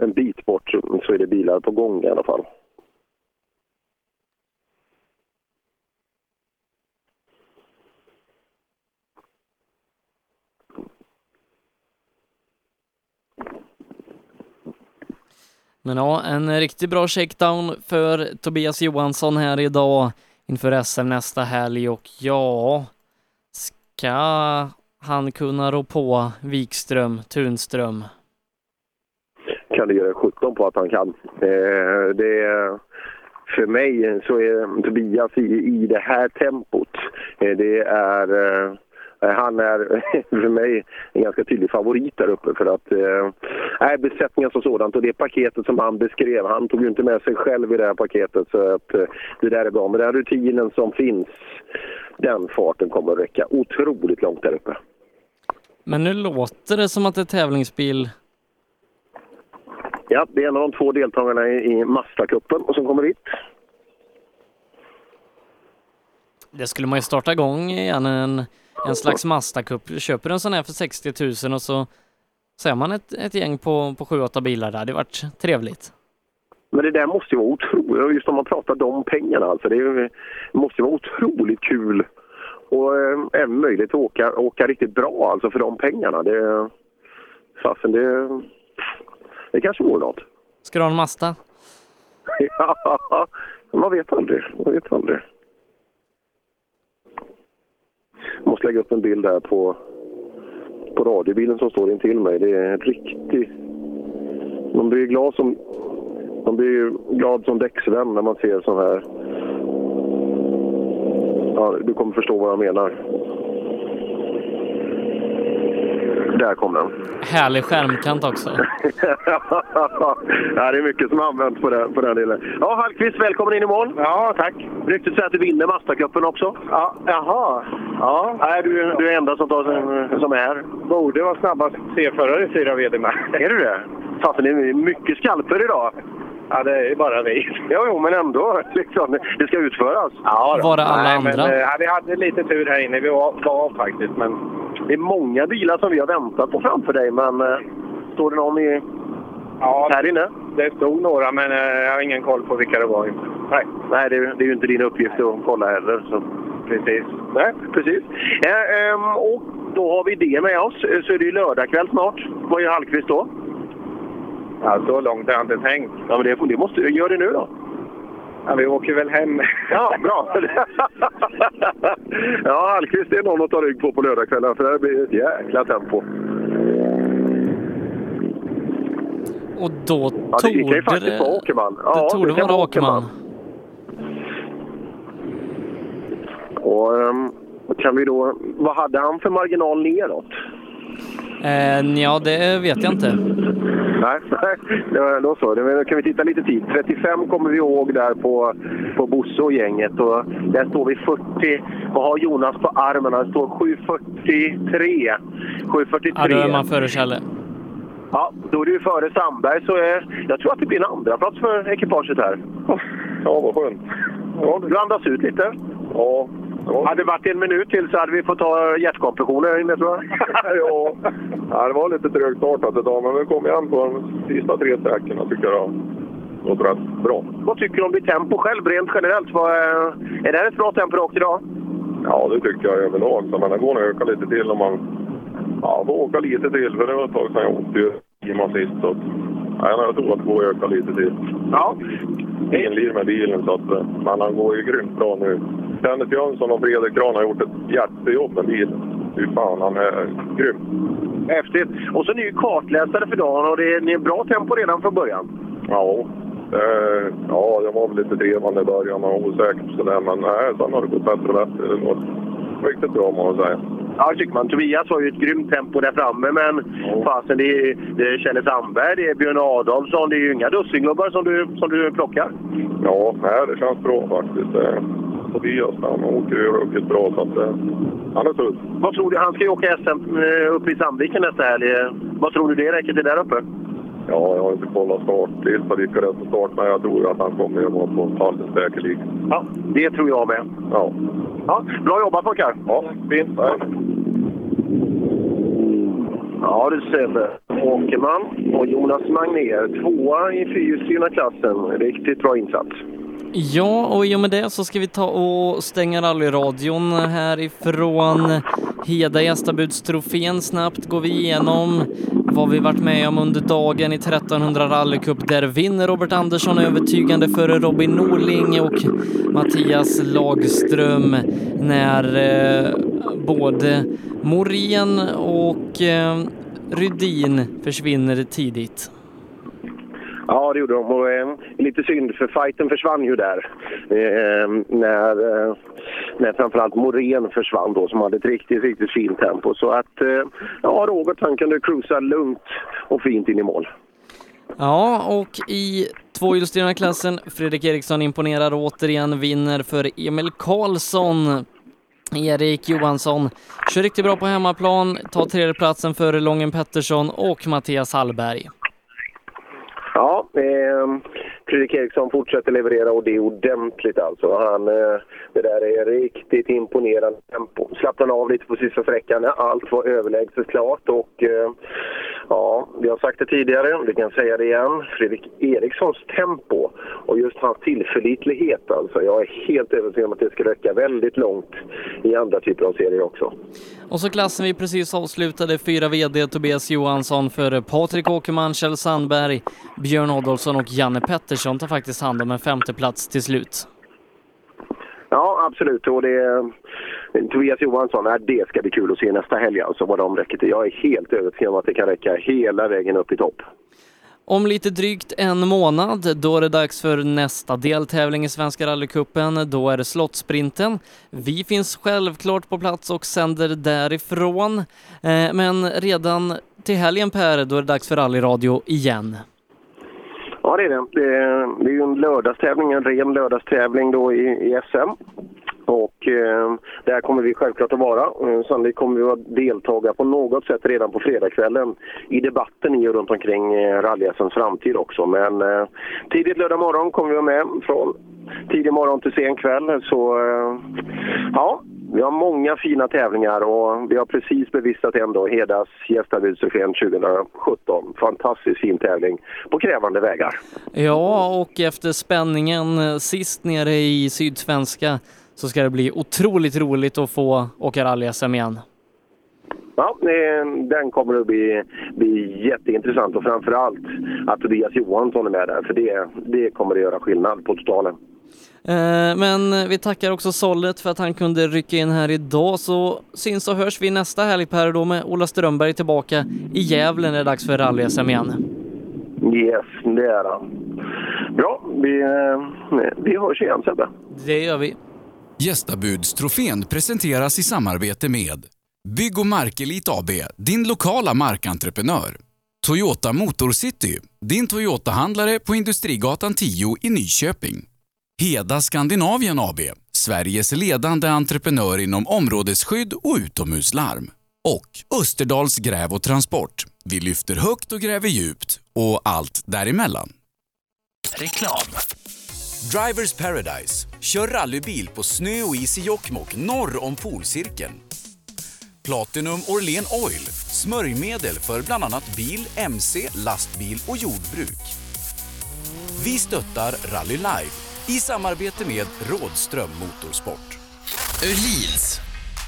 en bit bort så är det bilar på gång i alla fall. Men ja, en riktigt bra shakedown för Tobias Johansson här idag inför SM nästa helg och ja, ska han kunna rå på Wikström, Tunström? kan det göra 17 på att han kan. Eh, det, för mig så är Tobias i, i det här tempot, eh, det är... Eh, han är för mig en ganska tydlig favorit där uppe för att... Eh, nej, besättningen som sådant och det paketet som han beskrev, han tog ju inte med sig själv i det här paketet så att eh, det där är bra. Men den här rutinen som finns, den farten kommer att räcka otroligt långt där uppe. Men nu låter det som att det är tävlingsbil. Ja, det är en av de två deltagarna i, i Mazda-cupen och som kommer hit. Det skulle man ju starta igång igen, en, en slags Mazda Cup. Köper en sån här för 60 000 och så ser man ett, ett gäng på, på 7-8 bilar där. Det varit trevligt. Men det där måste ju vara otroligt, just om man pratar de pengarna alltså. Det är ju- det måste ju vara otroligt kul och eh, även möjligt att åka, åka riktigt bra alltså för de pengarna. Det, fasen, det, det kanske vore något. Ska du ha en Mazda? Ja, man vet aldrig. Man vet aldrig. Jag måste lägga upp en bild här på, på radiobilen som står intill mig. Det är en riktig... Man blir ju glad som, man blir ju glad som däcksvän när man ser sån här... Ja, du kommer förstå vad jag menar. Där kom den. Härlig skärmkant också. ja, det är mycket som används på den, på den delen. Ja, Hallqvist, välkommen in imorgon. Ja, tack. Ryktet säger att du vinner Mazda-cupen också. Ja, jaha. Ja. Nej, du, du är enda som, tar, som- som är här. Borde vara snabbast C-förare i fyra VD med. Är du det? Fasen, det är mycket skalper idag. Ja, det är bara vi. Jo, jo, men ändå. Liksom, det ska utföras. Ja, då. Var det alla Nej, men, andra? eh, vi hade lite tur här inne. Vi var, av faktiskt. Men... Det är många bilar som vi har väntat på framför dig, men eh, står det någon i... Ja, här inne? Det stod några, men eh, jag har ingen koll på vilka det var. Nej, Nej det, är- det är ju inte din uppgift att kolla heller. Så. Precis. Nej, precis. Eh, ehm, och då har vi det med oss. Eh, Så är det ju lördagkväll snart. Vad gör Hallqvist då? Ja, så långt har jag inte tänkt. Ja, men det, det måste, gör det nu då. Ja, vi åker väl hem. Ja, bra. ja, Hallqvist är någon att ta rygg på på lördagskvällen för det blir ett jäkla tempo. Och då Ja, det gick torde ju faktiskt på Åkerman. Ja, det torde det kan vara vara Åkerman. Och ehm, kan vi då... Vad hade han för marginal neråt? Eh, ja, det vet jag inte. Nej, nej, det var- då så. Det var- Då kan vi titta lite tid. 35 kommer vi ihåg där på, på Bosse och gänget. Och där står vi 40. Vad har Jonas på armen? Han står 7.43. 7.43. Ja, då är man före Kjelle. Ja, då är du före Sandberg, så eh, jag tror att det blir en andra plats för ekipaget här. Ja, vad skönt. Du andas ut lite. Ja. Hade det varit en minut till så hade vi fått ta hjärtkompressioner här inne, tror jag. ja. ja, det var lite trögt startat idag, men vi kom igen på de sista tre sträckorna tycker jag. Låter rätt bra. Vad tycker du om ditt tempo själv, rent generellt? Vad, eh, är det här ett bra tempo rakt idag? Ja, det tycker jag överlag. Så, men det går nog att öka lite till om man... Ja, får åka lite till, för det var ett tag sedan jag åkte ju man sist. Så, att- ja, men jag tror att det går att öka lite till. Ja. Finlir med bilen, så att, eh, men han går ju grymt bra nu. Kenneth Jönsson och Fredrik Kran har gjort ett jättejobb med bilen. Fy fan, han är grym. Häftigt. Och så ny kartläsare för dagen och det är, det är bra tempo redan från början. Ja, eh, ja, jag var väl lite drevande i början och osäker på sådär, men nej, sen har det gått bättre och bättre. Det går riktigt bra må jag säga. Ja, det tycker man. Tobias har ju ett grymt tempo där framme, men fasen, det är, det är Kjelle Sandberg, det är Björn Adolfsson, det är ju inga dussinglubbar som du, som du plockar. Ja, nej, det känns bra faktiskt. Eh, Tobias han åker ju ruggigt bra, så att, eh, han är tuff. Vad tror du, han ska ju åka SM eh, uppe i Sandviken nästa helg. Vad tror du det räcker till där uppe? Ja, jag har inte kollat startlista vilka det är som startar, men jag tror att han kommer att vara på pallen säkerligen. Ja, det tror jag med. Ja. Ja, bra jobbat pojkar! Ja, fint. Ja du Sebbe. Åkerman och Jonas Magnér, tvåa i fyrhjulsdrivna klassen. Riktigt bra insats. Ja, och i och med det så ska vi ta och stänga rallyradion härifrån Heda Gästabudstrofén. Snabbt går vi igenom vad vi varit med om under dagen i 1300 rallycup. Där vinner Robert Andersson övertygande före Robin Norling och Mattias Lagström när eh, både Morén och eh, Rydin försvinner tidigt. Ja, det gjorde de. Och, eh, lite synd, för fighten försvann ju där. Eh, när, eh, när framförallt Morén försvann då, som hade ett riktigt, riktigt fint tempo. Så att, eh, ja, Robert han kunde cruisa lugnt och fint in i mål. Ja, och i tvåhjulsdrivna klassen, Fredrik Eriksson imponerar och återigen, vinner för Emil Karlsson. Erik Johansson kör riktigt bra på hemmaplan, tar tredjeplatsen före Lången Pettersson och Mattias Hallberg. Ja, eh, Fredrik Eriksson fortsätter leverera och det är ordentligt alltså. Han, eh, det där är riktigt imponerande tempo. Slappnade av lite på sista sträckan när allt var överlägset klart och eh, ja, vi har sagt det tidigare, vi kan säga det igen. Fredrik Erikssons tempo och just hans tillförlitlighet alltså. Jag är helt övertygad om att det ska räcka väldigt långt i andra typer av serier också. Och så klassen vi precis avslutade, fyra VD Tobias Johansson före Patrik Åkerman, Kjell Sandberg, Björn Adolfsson och Janne Pettersson tar faktiskt hand om en femteplats till slut. Ja, absolut. Och det, Tobias Johansson, nej, det ska bli kul att se nästa helg alltså, vad de räcker till. Jag är helt övertygad om att det kan räcka hela vägen upp i topp. Om lite drygt en månad, då är det dags för nästa deltävling i Svenska rallycupen. Då är det Slottsprinten. Vi finns självklart på plats och sänder därifrån. Eh, Men redan till helgen Per, då är det dags för rallyradio igen. Ja, det är det. Det är, det är ju en lördagstävling, en ren lördagstävling då i, i SM. Och eh, där kommer vi självklart att vara. Eh, sannolikt kommer vi att deltaga på något sätt redan på fredagskvällen i debatten i och runt omkring eh, rally framtid också. Men eh, tidigt lördag morgon kommer vi vara med från tidig morgon till sen kväll. Så eh, ja, vi har många fina tävlingar och vi har precis bevistat en då, Hedas gästabudstrofén 2017. Fantastiskt fin tävling på krävande vägar. Ja, och efter spänningen eh, sist nere i Sydsvenska så ska det bli otroligt roligt att få åka rally-SM igen. Ja, eh, den kommer att bli, bli jätteintressant och framförallt att Tobias Johansson är med där för det, det kommer att göra skillnad på totalen. Eh, Men vi tackar också Sollet för att han kunde rycka in här idag så syns och hörs vi nästa helg Per då med Ola Strömberg tillbaka i Gävle när det är dags för rally-SM igen. Yes, det är han. Bra, vi, eh, vi hörs igen Sebbe. Det gör vi. Gästabudstrofén presenteras i samarbete med Bygg och Markelit AB, din lokala markentreprenör. Toyota Motorcity, din Toyota-handlare på Industrigatan 10 i Nyköping. Heda Skandinavien AB, Sveriges ledande entreprenör inom områdesskydd och utomhuslarm. Och Österdals Gräv och Transport. Vi lyfter högt och gräver djupt och allt däremellan. Reklam. Drivers Paradise. Kör rallybil på snö och is i Jokkmokk norr om polcirkeln. Platinum Orlen Oil. Smörjmedel för bland annat bil, mc, lastbil och jordbruk. Vi stöttar Rally Live i samarbete med Rådström Motorsport. Öhlins.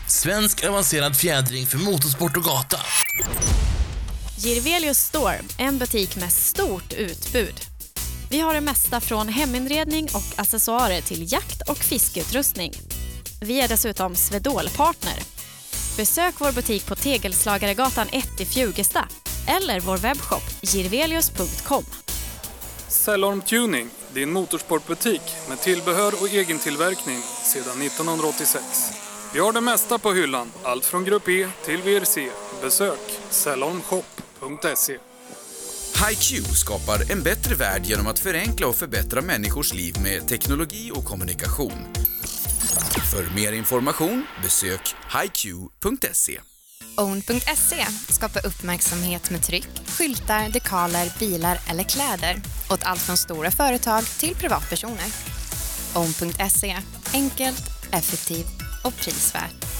Svensk avancerad fjädring för motorsport och gata. Girvelius Store, en butik med stort utbud. Vi har det mesta från heminredning och accessoarer till jakt och fiskeutrustning. Vi är dessutom Swedol-partner. Besök vår butik på Tegelslagaregatan 1 i Fjugesta eller vår webbshop girvelius.com. Cellorm Tuning, din motorsportbutik med tillbehör och egen tillverkning sedan 1986. Vi har det mesta på hyllan, allt från Grupp E till VRC. Besök cellormshop.se. HiQ skapar en bättre värld genom att förenkla och förbättra människors liv med teknologi och kommunikation. För mer information besök hiq.se. Own.se skapar E, uppmärksamhet med tryck, skyltar, dekaler, bilar eller kläder åt allt från stora företag till privatpersoner. Own.se, enkelt, effektivt E, och prisvärt.